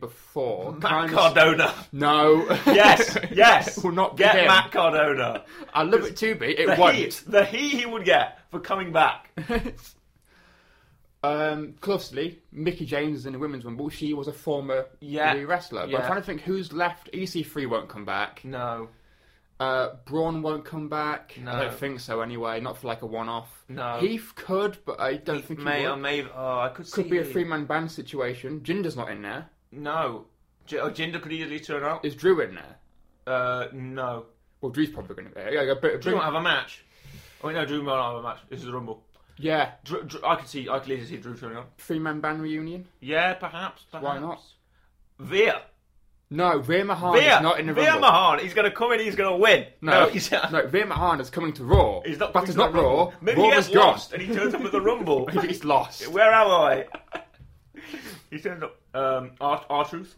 [SPEAKER 3] before.
[SPEAKER 2] Matt
[SPEAKER 3] Kind of-
[SPEAKER 2] Cardona.
[SPEAKER 3] No.
[SPEAKER 2] Yes, yes.
[SPEAKER 3] It will not be
[SPEAKER 2] get
[SPEAKER 3] him.
[SPEAKER 2] Matt Cardona.
[SPEAKER 3] I love it to be. It
[SPEAKER 2] The
[SPEAKER 3] won't.
[SPEAKER 2] heat, the heat he would get for coming back.
[SPEAKER 3] um, closely, Mickey James is in the women's rumble. She was a former
[SPEAKER 2] Yeah.
[SPEAKER 3] WWE wrestler. But
[SPEAKER 2] Yeah.
[SPEAKER 3] I'm trying to think who's left. EC3 won't come back.
[SPEAKER 2] No,
[SPEAKER 3] Uh, Braun won't come back.
[SPEAKER 2] No.
[SPEAKER 3] I don't think so. Anyway, not for like a one-off.
[SPEAKER 2] No.
[SPEAKER 3] Heath could, but I don't think he
[SPEAKER 2] may
[SPEAKER 3] would.
[SPEAKER 2] or may. Oh, I could see.
[SPEAKER 3] could be a
[SPEAKER 2] Heath.
[SPEAKER 3] three-man band situation. Jinder's not in there.
[SPEAKER 2] No, J- oh, Jinder could easily turn up.
[SPEAKER 3] Is Drew in there?
[SPEAKER 2] Uh, no.
[SPEAKER 3] Well, Drew's probably going to be. Yeah, yeah, but-
[SPEAKER 2] Drew won't have a match. Oh wait, no, Drew won't have a match. This is a rumble.
[SPEAKER 3] yeah,
[SPEAKER 2] Drew, Drew, I could see. I could easily see Drew turning up.
[SPEAKER 3] three-man band reunion.
[SPEAKER 2] Yeah, perhaps. perhaps.
[SPEAKER 3] Why not?
[SPEAKER 2] Veer.
[SPEAKER 3] No, Veer Mahan
[SPEAKER 2] Veer.
[SPEAKER 3] is not in the
[SPEAKER 2] Veer
[SPEAKER 3] rumble.
[SPEAKER 2] Mahan. He's going to come in. He's going to win.
[SPEAKER 3] No,
[SPEAKER 2] he's, uh,
[SPEAKER 3] no, Veer Mahan is coming to Raw.
[SPEAKER 2] he's not.
[SPEAKER 3] but
[SPEAKER 2] coming
[SPEAKER 3] it's
[SPEAKER 2] to
[SPEAKER 3] not
[SPEAKER 2] the Rumble.
[SPEAKER 3] Raw.
[SPEAKER 2] Maybe
[SPEAKER 3] Raw
[SPEAKER 2] he gets
[SPEAKER 3] is gone.
[SPEAKER 2] lost and he turns up at the rumble.
[SPEAKER 3] Maybe he's lost.
[SPEAKER 2] Where am I? he turns up. Um, R, R truth.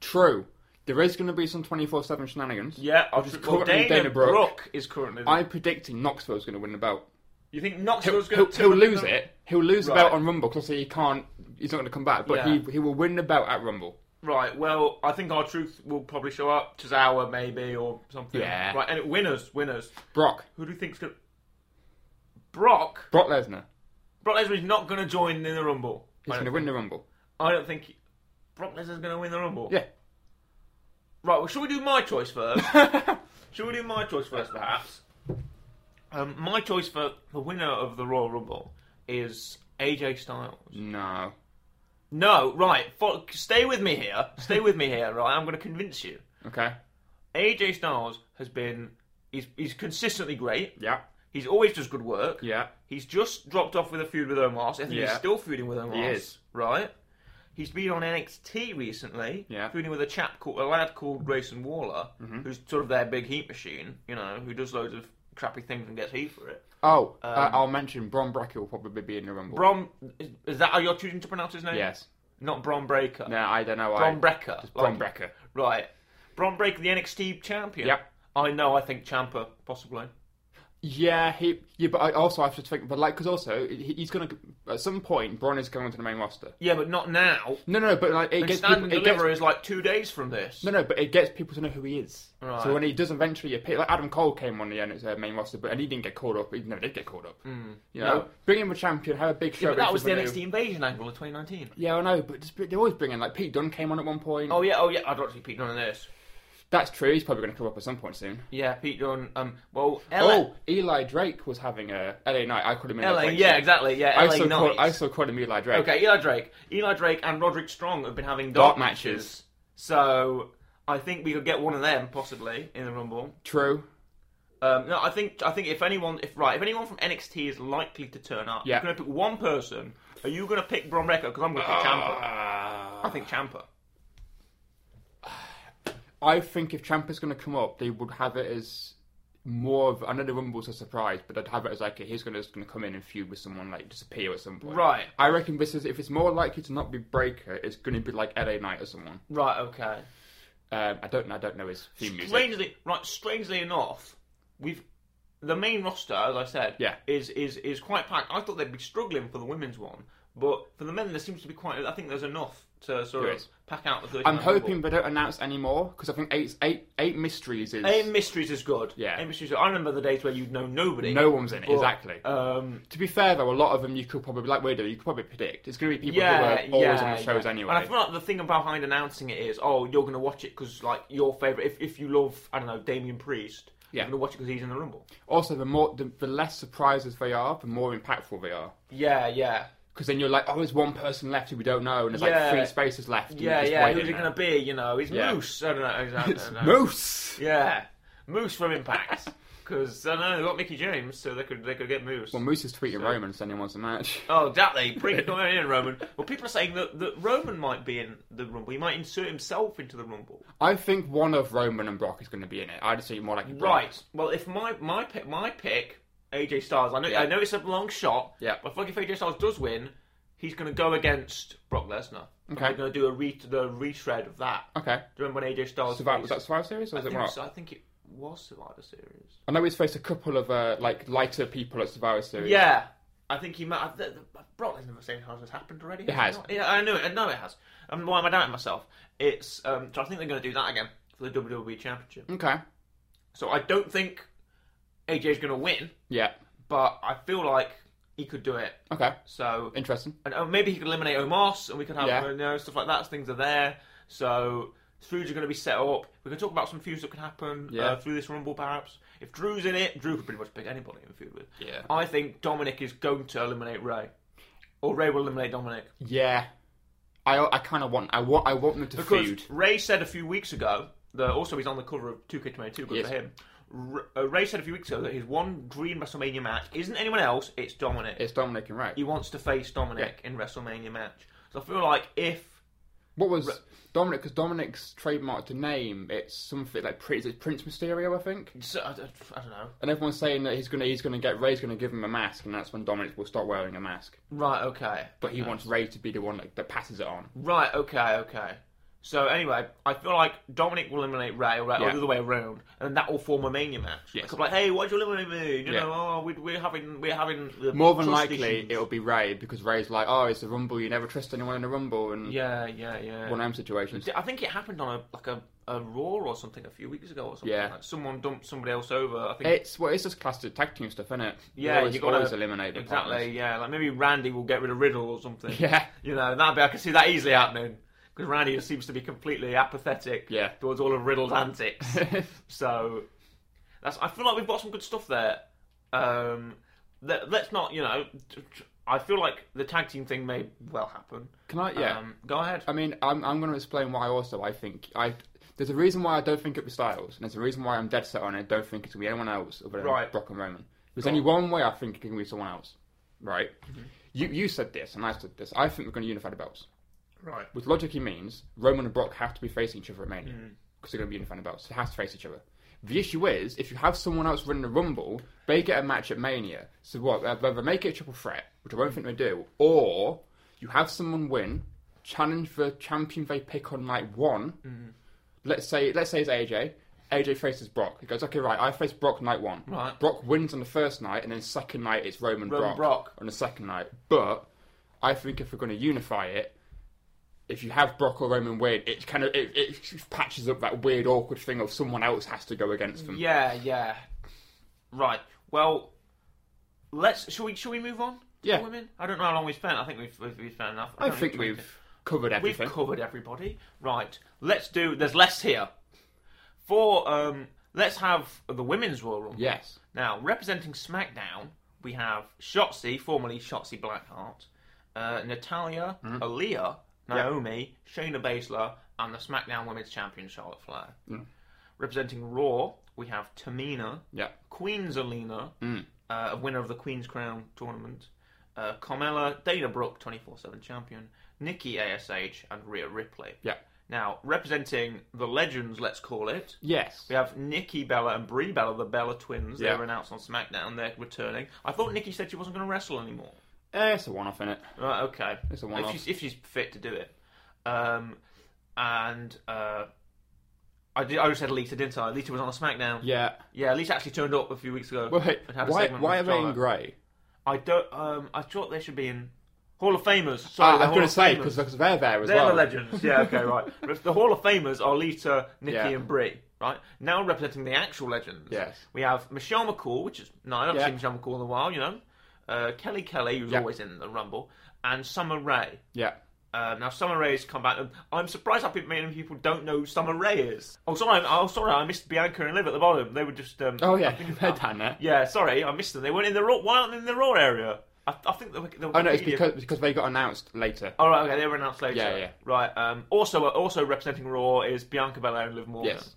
[SPEAKER 3] True. There is going to be some 24 7 shenanigans.
[SPEAKER 2] Yeah, R
[SPEAKER 3] is
[SPEAKER 2] truth. Well,
[SPEAKER 3] Oh, currently
[SPEAKER 2] Dana,
[SPEAKER 3] Dana Brooke.
[SPEAKER 2] is currently. There.
[SPEAKER 3] I'm predicting Knoxville's going to win the belt.
[SPEAKER 2] you think
[SPEAKER 3] He'll,
[SPEAKER 2] Knoxville's
[SPEAKER 3] he'll,
[SPEAKER 2] going
[SPEAKER 3] he'll lose it. He'll lose
[SPEAKER 2] Right.
[SPEAKER 3] the belt on Rumble because he can't. He's not going to come back, but
[SPEAKER 2] Yeah.
[SPEAKER 3] he he will win the belt at Rumble.
[SPEAKER 2] Right. Well, I think our truth will probably show up. Tozawa maybe or something.
[SPEAKER 3] Yeah.
[SPEAKER 2] Right. And winners, winners.
[SPEAKER 3] Brock,
[SPEAKER 2] Who do you think's going? to... Brock.
[SPEAKER 3] Brock Lesnar,
[SPEAKER 2] Brock Lesnar is not going to join in the Rumble.
[SPEAKER 3] he's
[SPEAKER 2] I
[SPEAKER 3] going to
[SPEAKER 2] don't,
[SPEAKER 3] win the Rumble.
[SPEAKER 2] I don't think he- Brock Lesnar's going to win the Rumble.
[SPEAKER 3] Yeah,
[SPEAKER 2] Right. Well, should we do my choice first? should we do my choice first, perhaps? Um, my choice for the winner of the Royal Rumble is AJ Styles.
[SPEAKER 3] no.
[SPEAKER 2] No. Right. Fo- stay with me here. Stay with me here. Right. I'm going to convince you.
[SPEAKER 3] Okay.
[SPEAKER 2] AJ Styles has been. He's, he's consistently great.
[SPEAKER 3] Yeah.
[SPEAKER 2] He's always does good work.
[SPEAKER 3] Yeah.
[SPEAKER 2] He's just dropped off with a feud with Omar. So I think he's
[SPEAKER 3] Yeah.
[SPEAKER 2] still feuding with Omar.
[SPEAKER 3] is.
[SPEAKER 2] Right? He's been on NXT recently,
[SPEAKER 3] Yeah. Mm-hmm.
[SPEAKER 2] feuding with a chap called a lad called Grayson Waller, who's sort of their big heat machine, you know, who does loads of crappy things and gets heat for it.
[SPEAKER 3] Oh, uh,
[SPEAKER 2] Um,
[SPEAKER 3] I'll mention Bron Breaker will probably be in the Rumble.
[SPEAKER 2] Brom, is, is that how you're choosing to pronounce his name?
[SPEAKER 3] yes.
[SPEAKER 2] Not Brom Breaker.
[SPEAKER 3] No, I don't know why.
[SPEAKER 2] Bron Breaker.
[SPEAKER 3] Bron
[SPEAKER 2] Like-
[SPEAKER 3] Breaker.
[SPEAKER 2] Right. Bron Breaker, the NXT champion.
[SPEAKER 3] Yep.
[SPEAKER 2] I know. I think Champa possibly.
[SPEAKER 3] Yeah, he. Yeah, but I also have to think. But like, because also he, he's going to at some point Bron is going to the main roster.
[SPEAKER 2] Yeah, but not now.
[SPEAKER 3] No, no, but like it
[SPEAKER 2] And
[SPEAKER 3] gets
[SPEAKER 2] Stand
[SPEAKER 3] people,
[SPEAKER 2] and
[SPEAKER 3] it gets,
[SPEAKER 2] Deliver is like two days from this.
[SPEAKER 3] no, no, but it gets people to know who he is.
[SPEAKER 2] Right.
[SPEAKER 3] So when he does eventually appear, like Adam Cole came on the end, uh, main roster, but and he didn't get called up. He never did get called up. You know,
[SPEAKER 2] Hmm. No.
[SPEAKER 3] bring him a champion, have a big show.
[SPEAKER 2] Yeah, but that was the
[SPEAKER 3] everyone
[SPEAKER 2] NXT
[SPEAKER 3] knew.
[SPEAKER 2] invasion angle of 2019.
[SPEAKER 3] Yeah, I know, but just, they always bring in like Pete Dunne came on at one point.
[SPEAKER 2] Oh yeah, oh yeah. I'd actually Pete Dunne in this.
[SPEAKER 3] that's true. He's probably going to come up at some point soon.
[SPEAKER 2] Yeah, Pete Dunne. Um, well, LA,
[SPEAKER 3] Oh, Eli Drake was having a LA night. I called him in.
[SPEAKER 2] LA, yeah, exactly, yeah,
[SPEAKER 3] I
[SPEAKER 2] LA
[SPEAKER 3] still, call,
[SPEAKER 2] Knight.
[SPEAKER 3] I still called him Eli Drake.
[SPEAKER 2] Okay, Eli Drake, Eli Drake, and Roderick Strong have been having dark,
[SPEAKER 3] Dark matches.
[SPEAKER 2] So I think we could get one of them possibly in the Rumble.
[SPEAKER 3] True.
[SPEAKER 2] Um, no, I think I think if anyone, if right, if anyone from NXT is likely to turn up,
[SPEAKER 3] Yeah.
[SPEAKER 2] you're going to pick one person. Are you going to pick Bron Breakker? Because I'm going to pick Champa.
[SPEAKER 3] Ah.
[SPEAKER 2] I think Champa.
[SPEAKER 3] I think if Champa's going to come up, they would have it as more of. I know the Rumble's a surprise, but I'd have it as like he's gonna just gonna come in and feud with someone, like disappear at some point.
[SPEAKER 2] Right.
[SPEAKER 3] I reckon this is if it's more likely to not be Breaker, it's gonna be like LA Knight or someone.
[SPEAKER 2] Right, okay.
[SPEAKER 3] Um, I don't. I don't know his theme music.
[SPEAKER 2] Strangely, right. Strangely enough, we've the main roster, as I said,
[SPEAKER 3] Yeah.
[SPEAKER 2] is is is quite packed. I thought they'd be struggling for the women's one, but for the men, there seems to be quite. I think there's enough to sort
[SPEAKER 3] There
[SPEAKER 2] of
[SPEAKER 3] is.
[SPEAKER 2] pack out the. 30
[SPEAKER 3] I'm
[SPEAKER 2] man
[SPEAKER 3] hoping
[SPEAKER 2] Rumble.
[SPEAKER 3] they don't announce any more because I think eight, eight, eight mysteries is
[SPEAKER 2] AIM Mysteries is good.
[SPEAKER 3] Yeah.
[SPEAKER 2] AIM Mysteries. I remember the days where you'd know nobody.
[SPEAKER 3] no one's in it
[SPEAKER 2] But,
[SPEAKER 3] exactly.
[SPEAKER 2] Um,
[SPEAKER 3] to be fair though, a lot of them you could probably like we do. You could probably predict it's going to be people
[SPEAKER 2] yeah,
[SPEAKER 3] who were always
[SPEAKER 2] yeah,
[SPEAKER 3] on the shows
[SPEAKER 2] yeah.
[SPEAKER 3] anyway.
[SPEAKER 2] And I feel like the thing behind announcing it is, oh, you're going to watch it because like your favorite. If if you love, I don't know, Damien Priest,
[SPEAKER 3] Yeah.
[SPEAKER 2] you're going to watch it because he's in the Rumble.
[SPEAKER 3] Also, the more the, the less surprises they are, the more impactful they are.
[SPEAKER 2] Yeah, yeah.
[SPEAKER 3] Because then you're like, oh, there's one person left who we don't know, and there's
[SPEAKER 2] Yeah.
[SPEAKER 3] like three spaces left. and
[SPEAKER 2] Yeah,
[SPEAKER 3] it's
[SPEAKER 2] yeah.
[SPEAKER 3] waiting
[SPEAKER 2] Who's it
[SPEAKER 3] there.
[SPEAKER 2] going to be? You know, is
[SPEAKER 3] Yeah.
[SPEAKER 2] Moose? I don't know. I don't
[SPEAKER 3] It's
[SPEAKER 2] know.
[SPEAKER 3] Moose.
[SPEAKER 2] Yeah, Moose from Impact. Because I don't know they got Mickey James, so they could they could get Moose.
[SPEAKER 3] Well, Moose is tweeting
[SPEAKER 2] So-
[SPEAKER 3] Roman saying he wants a match.
[SPEAKER 2] Oh, exactly. Bring it on in, Roman. Well, people are saying that, that Roman might be in the Rumble. He might insert himself into the Rumble.
[SPEAKER 3] I think one of Roman and Brock is going to be in it. I'd say more like Brock.
[SPEAKER 2] Right. Well, if my my pick, my pick, AJ Styles. I know I know it's a long shot.
[SPEAKER 3] Yeah.
[SPEAKER 2] But I think if AJ Styles does win, he's going to go against Brock Lesnar. And
[SPEAKER 3] Okay. Uh-huh.
[SPEAKER 2] They're going to do a re- the retread of that.
[SPEAKER 3] Okay.
[SPEAKER 2] Do you remember when AJ Styles?
[SPEAKER 3] Survivor, was
[SPEAKER 2] faced-
[SPEAKER 3] that Survivor Series or
[SPEAKER 2] I
[SPEAKER 3] was it
[SPEAKER 2] think,
[SPEAKER 3] Raw?
[SPEAKER 2] so. I think it was Survivor Series.
[SPEAKER 3] I know he's faced a couple of uh, like lighter people at Survivor Series.
[SPEAKER 2] Yeah, I think he might. Have, the, the, Brock Lesnar vs. House has happened already. It
[SPEAKER 3] has.
[SPEAKER 2] Yeah, I know it. I know it has. Um, why am I doubting myself? It's um, so I think they're going to do that again for the WWE Championship.
[SPEAKER 3] Okay.
[SPEAKER 2] So I don't think AJ's going to win,
[SPEAKER 3] Yeah.
[SPEAKER 2] but I feel like he could do it.
[SPEAKER 3] Okay.
[SPEAKER 2] So
[SPEAKER 3] Interesting.
[SPEAKER 2] and oh, maybe he could eliminate Omos, and we could have
[SPEAKER 3] Yeah.
[SPEAKER 2] you know stuff like that. Things are there, so feuds are going to be set up. We can talk about some feuds that can happen
[SPEAKER 3] Yeah.
[SPEAKER 2] uh, through this Rumble, perhaps. If Drew's in it, Drew could pretty much pick anybody in feud with.
[SPEAKER 3] Yeah.
[SPEAKER 2] I think Dominic is going to eliminate Ray, or Ray will eliminate Dominic
[SPEAKER 3] Yeah. I, I kind of want I want I want them to
[SPEAKER 2] because
[SPEAKER 3] feud.
[SPEAKER 2] Ray said a few weeks ago that also he's on the cover of 2K22. Good
[SPEAKER 3] Yes.
[SPEAKER 2] for him. R- uh, Ray said a few weeks ago that his one dream WrestleMania match isn't anyone else; it's Dominic.
[SPEAKER 3] It's Dominic and Ray.
[SPEAKER 2] he wants to face Dominic in WrestleMania match. So I feel like if
[SPEAKER 3] What was Dominic? Because Dominic's trademarked a name. It's something like Prince, it's Prince Mysterio, I think.
[SPEAKER 2] So, I, don't- I don't know.
[SPEAKER 3] And everyone's saying that he's gonna he's gonna get Ray's gonna give him a mask, and that's when Dominic will start wearing a mask.
[SPEAKER 2] Right, okay.
[SPEAKER 3] But he wants Ray to be the one that, that passes it on.
[SPEAKER 2] Right, okay, okay. So anyway, I feel like Dominic will eliminate Ray, or, or
[SPEAKER 3] Yeah.
[SPEAKER 2] the other way around, and that will form a mania match.
[SPEAKER 3] Yes.
[SPEAKER 2] Like, hey, why'd you eliminate me? You
[SPEAKER 3] Yeah.
[SPEAKER 2] know, oh, we, we're having, we're having the
[SPEAKER 3] More than
[SPEAKER 2] trust
[SPEAKER 3] likely,
[SPEAKER 2] issues."
[SPEAKER 3] it'll be Ray because Ray's like, oh, it's a rumble. You never trust anyone in a rumble, and
[SPEAKER 2] Yeah, yeah, yeah.
[SPEAKER 3] one of them situations.
[SPEAKER 2] I think it happened on a like a, a Raw or something a few weeks ago or something.
[SPEAKER 3] Yeah.
[SPEAKER 2] Like, someone dumped somebody else over. I think.
[SPEAKER 3] It's well, it's just classic tag team stuff, isn't it?
[SPEAKER 2] yeah,
[SPEAKER 3] always,
[SPEAKER 2] you got
[SPEAKER 3] always eliminate the
[SPEAKER 2] exactly.
[SPEAKER 3] partners.
[SPEAKER 2] Yeah, like maybe Randy will get rid of Riddle or something.
[SPEAKER 3] Yeah,
[SPEAKER 2] You know, that'd be, I can see that easily happening. Because Randy just seems to be completely apathetic
[SPEAKER 3] Yeah.
[SPEAKER 2] towards all of Riddle's antics. so, that's. I feel like we've got some good stuff there. Um, let, let's not, you know. t- t- I feel like the tag team thing may well happen.
[SPEAKER 3] Can I? Yeah. Uh,
[SPEAKER 2] Um, go ahead.
[SPEAKER 3] I mean, I'm, I'm going to explain why. Also, I think I there's a reason why I don't think it was Styles, and there's a reason why I'm dead set on it. I don't think it's going to be anyone else other than
[SPEAKER 2] Right.
[SPEAKER 3] Brock and Roman. There's
[SPEAKER 2] Go
[SPEAKER 3] only
[SPEAKER 2] on. Mm-hmm.
[SPEAKER 3] one way I think it can be someone else, right? You you said this, and I said this. I think we're going to unify the belts,
[SPEAKER 2] Right.
[SPEAKER 3] which logically means Roman and Brock have to be facing each other at Mania
[SPEAKER 2] Mm.
[SPEAKER 3] because they're going to be unifying the belts. They have to face each other. The issue is if you have someone else running the Rumble, they get a match at Mania. So what? They either make it a triple threat, which I don't think they do, or you have someone win, challenge the champion they pick on night one.
[SPEAKER 2] Mm-hmm.
[SPEAKER 3] Let's say let's say it's AJ. AJ faces Brock. He goes, okay, right. I face Brock night one.
[SPEAKER 2] Right.
[SPEAKER 3] Brock wins on the first night, and then second night it's Roman,
[SPEAKER 2] Roman
[SPEAKER 3] Brock,
[SPEAKER 2] Brock.
[SPEAKER 3] on the second night. But I think if we're going to unify it, if you have Brock or Roman win, it kind of it, it patches up that weird awkward thing of someone else has to go against them.
[SPEAKER 2] Yeah, yeah. Right. Well, let's. Shall we? Shall we move on? to
[SPEAKER 3] Yeah.
[SPEAKER 2] Women. I don't know how long we spent. I think we've we've, we've spent enough.
[SPEAKER 3] I
[SPEAKER 2] don't
[SPEAKER 3] think
[SPEAKER 2] need to-
[SPEAKER 3] we've covered
[SPEAKER 2] we've
[SPEAKER 3] everything.
[SPEAKER 2] covered everybody. Right. Let's do. There's less here. For um, let's have the women's Royal Rumble.
[SPEAKER 3] yes,
[SPEAKER 2] Now representing SmackDown, we have Shotzi, formerly Shotzi Blackheart, uh, Natalia, Aaliyah, Naomi, Shayna Baszler, and the SmackDown Women's Champion Charlotte Flair. Representing Raw, we have Tamina,
[SPEAKER 3] yeah,
[SPEAKER 2] Queen's Alina, uh, a winner of the Queen's Crown tournament, uh, Carmella, Dana Brooke, 24 7 champion, Nikki ASH, and Rhea Ripley.
[SPEAKER 3] yeah.
[SPEAKER 2] Now, representing the legends, let's call it,
[SPEAKER 3] Yes.
[SPEAKER 2] we have Nikki Bella and Brie Bella, the Bella twins.
[SPEAKER 3] Yeah.
[SPEAKER 2] They were announced on SmackDown. They're returning. I thought Nikki said she wasn't going to wrestle anymore.
[SPEAKER 3] Eh, it's a one off, innit?
[SPEAKER 2] Right, okay.
[SPEAKER 3] It's a one-off.
[SPEAKER 2] If she's, if she's fit to do it. Um, and uh, I, did, I just said Lita, didn't I? Lita was on a SmackDown.
[SPEAKER 3] Yeah.
[SPEAKER 2] Yeah, Lisa actually turned up a few weeks ago.
[SPEAKER 3] Wait,
[SPEAKER 2] and had a
[SPEAKER 3] why,
[SPEAKER 2] segment
[SPEAKER 3] why are
[SPEAKER 2] with
[SPEAKER 3] they in
[SPEAKER 2] Charlotte.
[SPEAKER 3] grey?
[SPEAKER 2] I don't. Um, I thought they should be in Hall of Famers. Sorry,
[SPEAKER 3] Ah,
[SPEAKER 2] the
[SPEAKER 3] I was
[SPEAKER 2] Hall
[SPEAKER 3] going
[SPEAKER 2] of
[SPEAKER 3] to say,
[SPEAKER 2] Famers.
[SPEAKER 3] because they're there as
[SPEAKER 2] they're
[SPEAKER 3] well.
[SPEAKER 2] the legends. Yeah, okay, right. But if the Hall of Famers are Lita, Nikki,
[SPEAKER 3] Yeah.
[SPEAKER 2] and Brie. Right now, representing the actual legends.
[SPEAKER 3] Yes.
[SPEAKER 2] we have Michelle McCool, which is no, I haven't
[SPEAKER 3] Yeah.
[SPEAKER 2] seen Michelle McCool in a while. You know, uh, Kelly Kelly, who's
[SPEAKER 3] Yeah.
[SPEAKER 2] always in the Rumble, and Summer Rae.
[SPEAKER 3] Yeah.
[SPEAKER 2] Um, now Summer Rae has come back. and I'm surprised how pe- many people don't know who Summer Rae is. Oh, sorry. I'm, oh, sorry. I missed Bianca and Liv at the bottom. They were just. Um,
[SPEAKER 3] Oh,
[SPEAKER 2] I
[SPEAKER 3] yeah.
[SPEAKER 2] think-
[SPEAKER 3] They're down there.
[SPEAKER 2] yeah, sorry, I missed them. They weren't in the raw. Why aren't they in the raw area? I, I think the, the
[SPEAKER 3] Oh, no,
[SPEAKER 2] Wikipedia-
[SPEAKER 3] it's because, because they got announced later.
[SPEAKER 2] Oh right, okay, they were announced later.
[SPEAKER 3] Yeah, yeah.
[SPEAKER 2] Right. Um, also, also representing Raw is Bianca Belair and Liv Morgan.
[SPEAKER 3] Yes.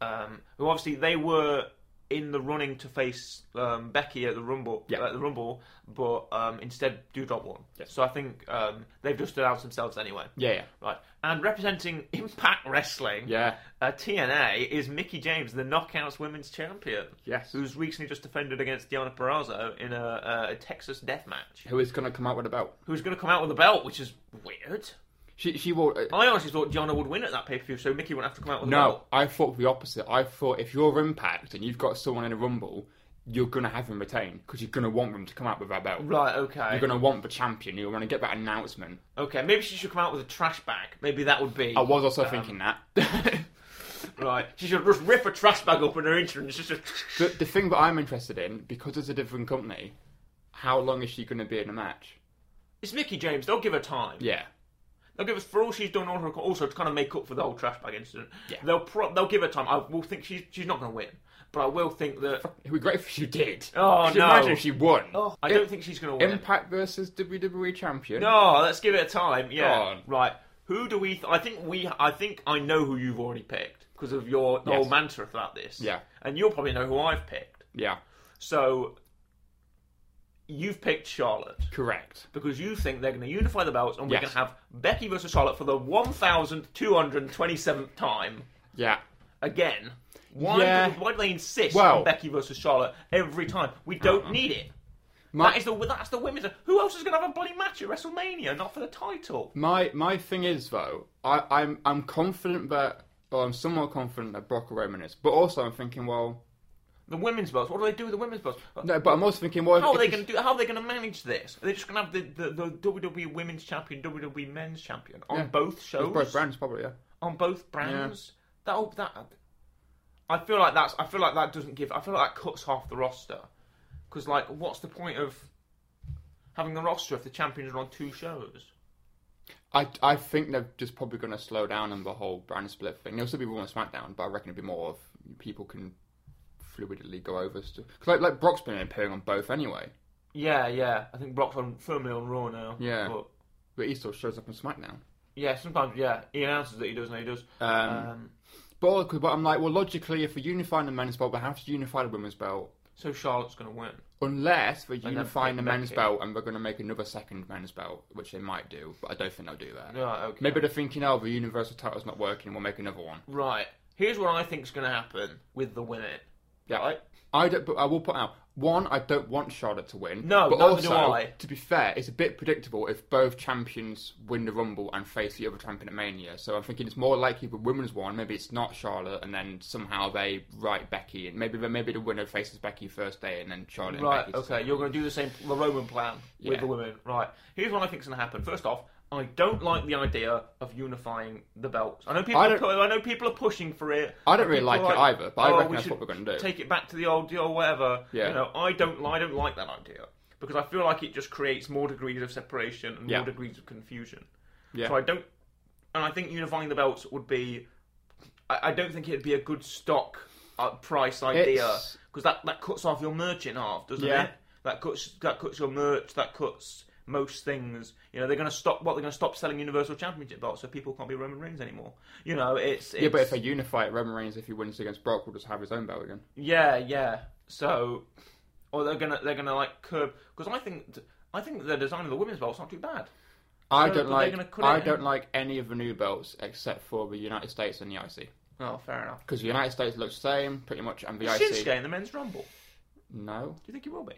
[SPEAKER 2] Um, who obviously they were in the running to face um, Becky at the Rumble.
[SPEAKER 3] Yeah.
[SPEAKER 2] At the Rumble, but um, instead Doudrop won.
[SPEAKER 3] Yes.
[SPEAKER 2] So I think um, they've just announced themselves anyway.
[SPEAKER 3] Yeah, yeah.
[SPEAKER 2] Right. And representing Impact Wrestling.
[SPEAKER 3] Yeah.
[SPEAKER 2] Uh, TNA is Mickey James, the Knockouts Women's Champion.
[SPEAKER 3] Yes.
[SPEAKER 2] Who's recently just defended against Diana Perrazzo in a, a Texas death match.
[SPEAKER 3] Who is going to come out with a belt?
[SPEAKER 2] Who's going to come out with a belt, which is weird.
[SPEAKER 3] She, she will. uh,
[SPEAKER 2] I honestly thought Diana would win at that pay per view, so Mickey wouldn't have to come out with a
[SPEAKER 3] No,
[SPEAKER 2] belt.
[SPEAKER 3] I thought the opposite. I thought if you're Impact and you've got someone in a Rumble, you're going to have them retain because you're going to want them to come out with that belt.
[SPEAKER 2] Right, okay.
[SPEAKER 3] You're going to want the champion. You're going to get that announcement.
[SPEAKER 2] Okay, maybe she should come out with a trash bag. Maybe that would be.
[SPEAKER 3] I was also
[SPEAKER 2] Um,
[SPEAKER 3] thinking that.
[SPEAKER 2] Right. She should just rip a trash bag up in her entrance. Just, just...
[SPEAKER 3] the, the thing that I'm interested in, because it's a different company, how long is she going to be in a match?
[SPEAKER 2] It's Mickey James. They'll give her time.
[SPEAKER 3] Yeah.
[SPEAKER 2] They'll give us for all she's done on her also to kind of make up for the whole trash bag incident.
[SPEAKER 3] Yeah.
[SPEAKER 2] They'll pro- they'll give her time. I will think she's she's not going to win, but I will think that.
[SPEAKER 3] It would be great if she did.
[SPEAKER 2] Oh,
[SPEAKER 3] Just
[SPEAKER 2] no.
[SPEAKER 3] Imagine if she won.
[SPEAKER 2] Oh, I don't think she's going to win.
[SPEAKER 3] Impact versus WWE champion.
[SPEAKER 2] No, Oh, let's give it a time. Yeah.
[SPEAKER 3] Go on.
[SPEAKER 2] Right. Who do we? Th- I think we. I think I know who you've already picked because of your
[SPEAKER 3] Yes.
[SPEAKER 2] whole mantra throughout this.
[SPEAKER 3] Yeah.
[SPEAKER 2] And you'll probably know who I've picked.
[SPEAKER 3] Yeah,
[SPEAKER 2] So you've picked Charlotte
[SPEAKER 3] correct.
[SPEAKER 2] because you think they're going to unify the belts and we're
[SPEAKER 3] Yes.
[SPEAKER 2] going to have Becky versus Charlotte for the one thousand two hundred twenty-seventh time
[SPEAKER 3] Yeah.
[SPEAKER 2] again. Why,
[SPEAKER 3] Yeah.
[SPEAKER 2] do, why do they insist
[SPEAKER 3] Well- Uh-huh.
[SPEAKER 2] on Becky versus Charlotte every time? We don't need it.
[SPEAKER 3] My-
[SPEAKER 2] that is the that's the women's. Who else is going to have a bloody match at WrestleMania? Not for the title.
[SPEAKER 3] My my thing is though, I, I'm I'm confident that or I'm somewhat confident that Brock or Roman is, but also I'm thinking, well,
[SPEAKER 2] The women's belts. What do they do with the women's belts?
[SPEAKER 3] no, but I'm also thinking, well,
[SPEAKER 2] How are
[SPEAKER 3] if
[SPEAKER 2] they
[SPEAKER 3] it's-
[SPEAKER 2] going to do? How are they going to manage this? Are they just going to have the, the, the WWE Women's Champion, WWE Men's Champion on
[SPEAKER 3] Yeah.
[SPEAKER 2] both shows?
[SPEAKER 3] it's both brands probably, yeah.
[SPEAKER 2] On both brands. That'll that. I feel like that's. I feel like that doesn't give. I feel like that cuts half the roster. Because like, what's the point of having a roster if the champions are on two shows?
[SPEAKER 3] I, I think they're just probably going to slow down on the whole brand split thing. There'll still be Raw and SmackDown, but I reckon it'll be more of people can fluidly go over stuff. 'Cause like like Brock's been appearing on both anyway,
[SPEAKER 2] Yeah, yeah. I think Brock's on firmly on Raw now.
[SPEAKER 3] Yeah.
[SPEAKER 2] But,
[SPEAKER 3] but he still shows up on SmackDown.
[SPEAKER 2] yeah. Sometimes, yeah. He announces that he does, and he does.
[SPEAKER 3] Um,
[SPEAKER 2] Um,
[SPEAKER 3] but, but I'm like, well, logically, if we're unifying the men's belt, we have to unify the women's belt.
[SPEAKER 2] so Charlotte's going to win.
[SPEAKER 3] Unless they're
[SPEAKER 2] then
[SPEAKER 3] unifying the
[SPEAKER 2] pick
[SPEAKER 3] men's
[SPEAKER 2] Becky.
[SPEAKER 3] belt and they're going to make another second men's belt, which they might do, but I don't think they'll do that.
[SPEAKER 2] Right. Okay.
[SPEAKER 3] Maybe they're thinking, oh, the universal title's not working, we'll make another one.
[SPEAKER 2] Right. Here's what I think's going to happen with the winner.
[SPEAKER 3] Yeah,
[SPEAKER 2] Right.
[SPEAKER 3] I don't, but I will put out one. I don't want Charlotte to win.
[SPEAKER 2] No,
[SPEAKER 3] but
[SPEAKER 2] neither
[SPEAKER 3] also
[SPEAKER 2] do I.
[SPEAKER 3] to be fair, it's a bit predictable if both champions win the Rumble and face the other champion at Mania. So I'm thinking it's more likely the women's one. Maybe it's not Charlotte, and then somehow they write Becky, and maybe maybe the winner faces Becky first day, and then Charlotte.
[SPEAKER 2] Right.
[SPEAKER 3] and Becky
[SPEAKER 2] Okay. You're going to do the same the Roman plan
[SPEAKER 3] Yeah.
[SPEAKER 2] with the women. Right. Here's what I think's going to happen. First off, I don't like the idea of unifying the belts. I know people. I,
[SPEAKER 3] I
[SPEAKER 2] are,
[SPEAKER 3] don't-
[SPEAKER 2] pu- I know people are pushing for it.
[SPEAKER 3] I don't
[SPEAKER 2] People
[SPEAKER 3] really like
[SPEAKER 2] are
[SPEAKER 3] it either, but I
[SPEAKER 2] "Oh,
[SPEAKER 3] reckon
[SPEAKER 2] we
[SPEAKER 3] that's what
[SPEAKER 2] should
[SPEAKER 3] we're going to do.
[SPEAKER 2] Take it back to the old deal, whatever.
[SPEAKER 3] Yeah.
[SPEAKER 2] You know, I don't. I don't like that idea because I feel like it just creates more degrees of separation and
[SPEAKER 3] Yeah.
[SPEAKER 2] more degrees of confusion.
[SPEAKER 3] Yeah.
[SPEAKER 2] So I don't. And I think unifying the belts would be. I, I don't think it'd be a good stock uh, price idea
[SPEAKER 3] It's-
[SPEAKER 2] because that, that cuts off your merch in half, doesn't
[SPEAKER 3] Yeah.
[SPEAKER 2] it? That cuts that cuts your merch. That cuts most things. You know they're going to stop. What they're going to stop selling Universal Championship belts, so people can't be Roman Reigns anymore. You know it's, it's
[SPEAKER 3] Yeah, but if they unify it, Roman Reigns, if he wins against Brock, will just have his own belt again.
[SPEAKER 2] Yeah, yeah. So, or they're gonna they're gonna like curb because I think I think the design of the women's belt's not too bad.
[SPEAKER 3] I
[SPEAKER 2] So, but
[SPEAKER 3] don't
[SPEAKER 2] they're
[SPEAKER 3] like
[SPEAKER 2] gonna cut it
[SPEAKER 3] I
[SPEAKER 2] eh? in.
[SPEAKER 3] don't like any of the new belts except for the United States and the IC
[SPEAKER 2] Oh, fair enough.
[SPEAKER 3] because the United States looks the same pretty much, and the
[SPEAKER 2] Is
[SPEAKER 3] IC
[SPEAKER 2] Shinsuke in the men's rumble? Do
[SPEAKER 3] no
[SPEAKER 2] you think he will be?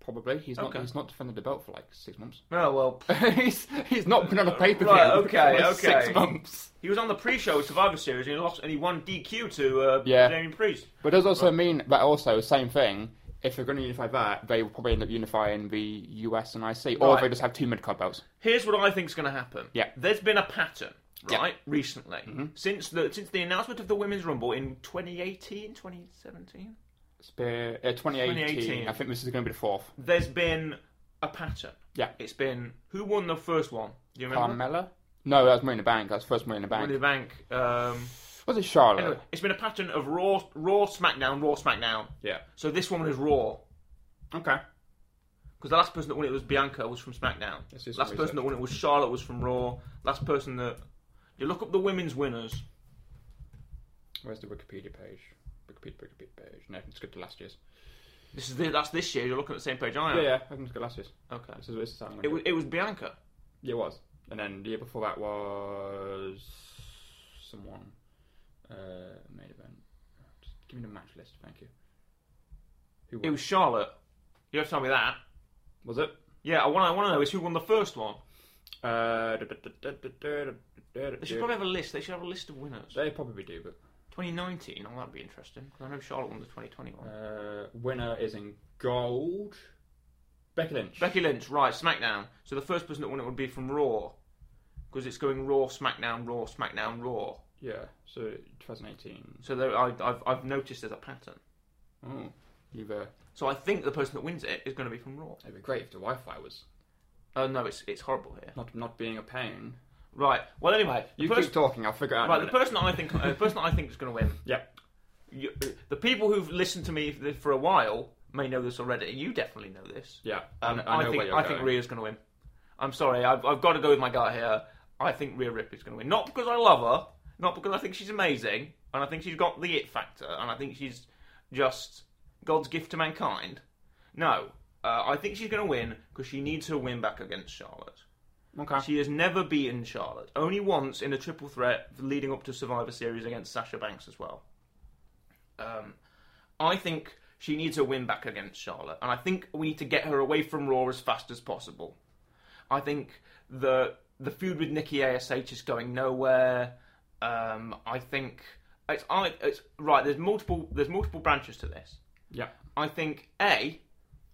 [SPEAKER 3] probably he's not
[SPEAKER 2] Okay.
[SPEAKER 3] he's not defended the belt for like six months.
[SPEAKER 2] No, Oh, well,
[SPEAKER 3] he's he's not been on a pay per view
[SPEAKER 2] Right, okay,
[SPEAKER 3] for
[SPEAKER 2] okay.
[SPEAKER 3] six months.
[SPEAKER 2] he was on the pre-show Survivor Series and he lost and he won DQ to uh,
[SPEAKER 3] Yeah.
[SPEAKER 2] Damien Priest.
[SPEAKER 3] But it does also mean that also same thing. If they're going to unify that, they will probably end up unifying the US and IC, or
[SPEAKER 2] Right.
[SPEAKER 3] they just have two mid card belts.
[SPEAKER 2] Here's what I think's going to happen.
[SPEAKER 3] Yeah.
[SPEAKER 2] There's been a pattern,
[SPEAKER 3] Yeah. Mm-hmm.
[SPEAKER 2] right, recently. Since the since the announcement of the Women's Rumble in 2018, 2017,
[SPEAKER 3] Spear, uh, 2018,
[SPEAKER 2] 2018.
[SPEAKER 3] I think this is going to be the fourth.
[SPEAKER 2] there's been a pattern.
[SPEAKER 3] Yeah,
[SPEAKER 2] It's been who won the first one? Do you remember?
[SPEAKER 3] Carmella. No, that was Money in the Bank. That's first Money in the Bank.
[SPEAKER 2] Money in the Bank. Um,
[SPEAKER 3] Was it Charlotte?
[SPEAKER 2] anyway, it's been a pattern of Raw, Raw, SmackDown, Raw, SmackDown.
[SPEAKER 3] Yeah.
[SPEAKER 2] So this one is Raw.
[SPEAKER 3] Okay.
[SPEAKER 2] Because the last person that won it was Bianca was from SmackDown.
[SPEAKER 3] Let's do some
[SPEAKER 2] Last person
[SPEAKER 3] research.
[SPEAKER 2] that won it was Charlotte was from Raw. Last person that you look up the women's winners.
[SPEAKER 3] Where's the Wikipedia page? Wikipedia, Wikipedia page. No, I can skip to last year's.
[SPEAKER 2] This is the, that's this year. You're looking at the same page I am.
[SPEAKER 3] Yeah, yeah, I can skip last year's.
[SPEAKER 2] Okay.
[SPEAKER 3] This is, this is how I'm gonna
[SPEAKER 2] It
[SPEAKER 3] do
[SPEAKER 2] was, it was Bianca.
[SPEAKER 3] it. Yeah, it was. And then the year before that was someone uh, main event. Just give me the match list, thank you. Who
[SPEAKER 2] It
[SPEAKER 3] won?
[SPEAKER 2] was Charlotte. You have to tell me that.
[SPEAKER 3] Was it?
[SPEAKER 2] Yeah, I want. I want to know is who won the first one.
[SPEAKER 3] Uh,
[SPEAKER 2] They should probably have a list. They should have a list of winners.
[SPEAKER 3] they probably do, but
[SPEAKER 2] 2019. Oh, that'd be interesting. 'cause I know Charlotte won the 2020 one.
[SPEAKER 3] uh, winner is in gold. Becky Lynch.
[SPEAKER 2] Becky Lynch, right? SmackDown. So the first person that won it would be from Raw, because it's going Raw, SmackDown, Raw, SmackDown, Raw.
[SPEAKER 3] yeah, so 2018.
[SPEAKER 2] So there, I, I've I've noticed there's a pattern.
[SPEAKER 3] Oh, you've uh,
[SPEAKER 2] So I think the person that wins it is going to be from Raw.
[SPEAKER 3] it'd be great if the Wi-Fi was
[SPEAKER 2] Oh no, it's it's horrible here.
[SPEAKER 3] not not being a pain.
[SPEAKER 2] Right. Well, anyway, the
[SPEAKER 3] You
[SPEAKER 2] person,
[SPEAKER 3] keep talking, I'll figure it out.
[SPEAKER 2] right,
[SPEAKER 3] in
[SPEAKER 2] the
[SPEAKER 3] a
[SPEAKER 2] person that I think uh, the person that I think is going to win.
[SPEAKER 3] minute.
[SPEAKER 2] You, uh, the people who've listened to me for- for a while may know this already. You definitely know this.
[SPEAKER 3] yeah, yeah.
[SPEAKER 2] Um,
[SPEAKER 3] kn-
[SPEAKER 2] I,
[SPEAKER 3] know
[SPEAKER 2] think
[SPEAKER 3] where you're
[SPEAKER 2] I think
[SPEAKER 3] going.
[SPEAKER 2] Rhea's going to win. I'm sorry, I've, I've got to go with my gut here. I think Rhea Ripley's going to win, not because I love her, not because I think she's amazing, and I think she's got the it factor, and I think she's just God's gift to mankind. No, uh, I think she's going to win because she needs her win back against Charlotte.
[SPEAKER 3] okay.
[SPEAKER 2] She has never beaten Charlotte, only once in a triple threat leading up to Survivor Series against Sasha Banks as well. Um, I think she needs her win back against Charlotte, and I think we need to get her away from Raw as fast as possible. I think the the feud with Nikki Ash is going nowhere. Um, I think it's, I, it's right. There's multiple there's multiple branches to this.
[SPEAKER 3] yeah,
[SPEAKER 2] I think A,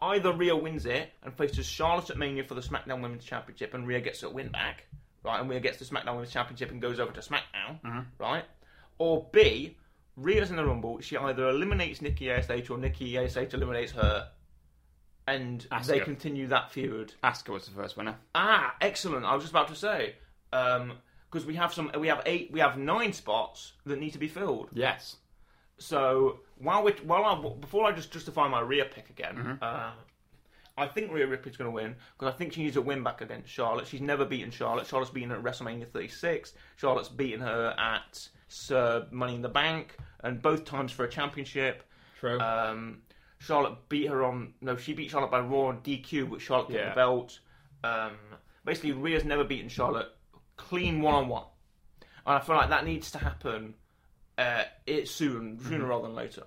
[SPEAKER 2] either Rhea wins it and faces Charlotte at Mania for the SmackDown Women's Championship, and Rhea gets her win back, right? And Rhea gets the SmackDown Women's Championship and goes over to SmackDown, right? Or B, Rhea's in the Rumble. She either eliminates Nikki Ash or Nikki Ash eliminates her, and they
[SPEAKER 3] Asuka.
[SPEAKER 2] continue that feud.
[SPEAKER 3] Asuka was the first winner.
[SPEAKER 2] Ah, excellent. I was just about to say because we have some, we have eight, we have nine spots that need to be filled.
[SPEAKER 3] Yes.
[SPEAKER 2] So while we while I, before I just justify my Rhea pick again, uh, I think Rhea Ripley's going to win because I think she needs a win back against Charlotte. She's never beaten Charlotte. Charlotte's beaten her at WrestleMania 36. Charlotte's beaten her at uh, Money in the Bank, and both times for a championship.
[SPEAKER 3] True.
[SPEAKER 2] Um, Charlotte beat her on no, she beat Charlotte by Raw and DQ, but Charlotte got
[SPEAKER 3] Yeah.
[SPEAKER 2] the belt. Um, basically, Rhea's never beaten Charlotte clean one on one, and I feel like that needs to happen uh, it soon, sooner rather than later.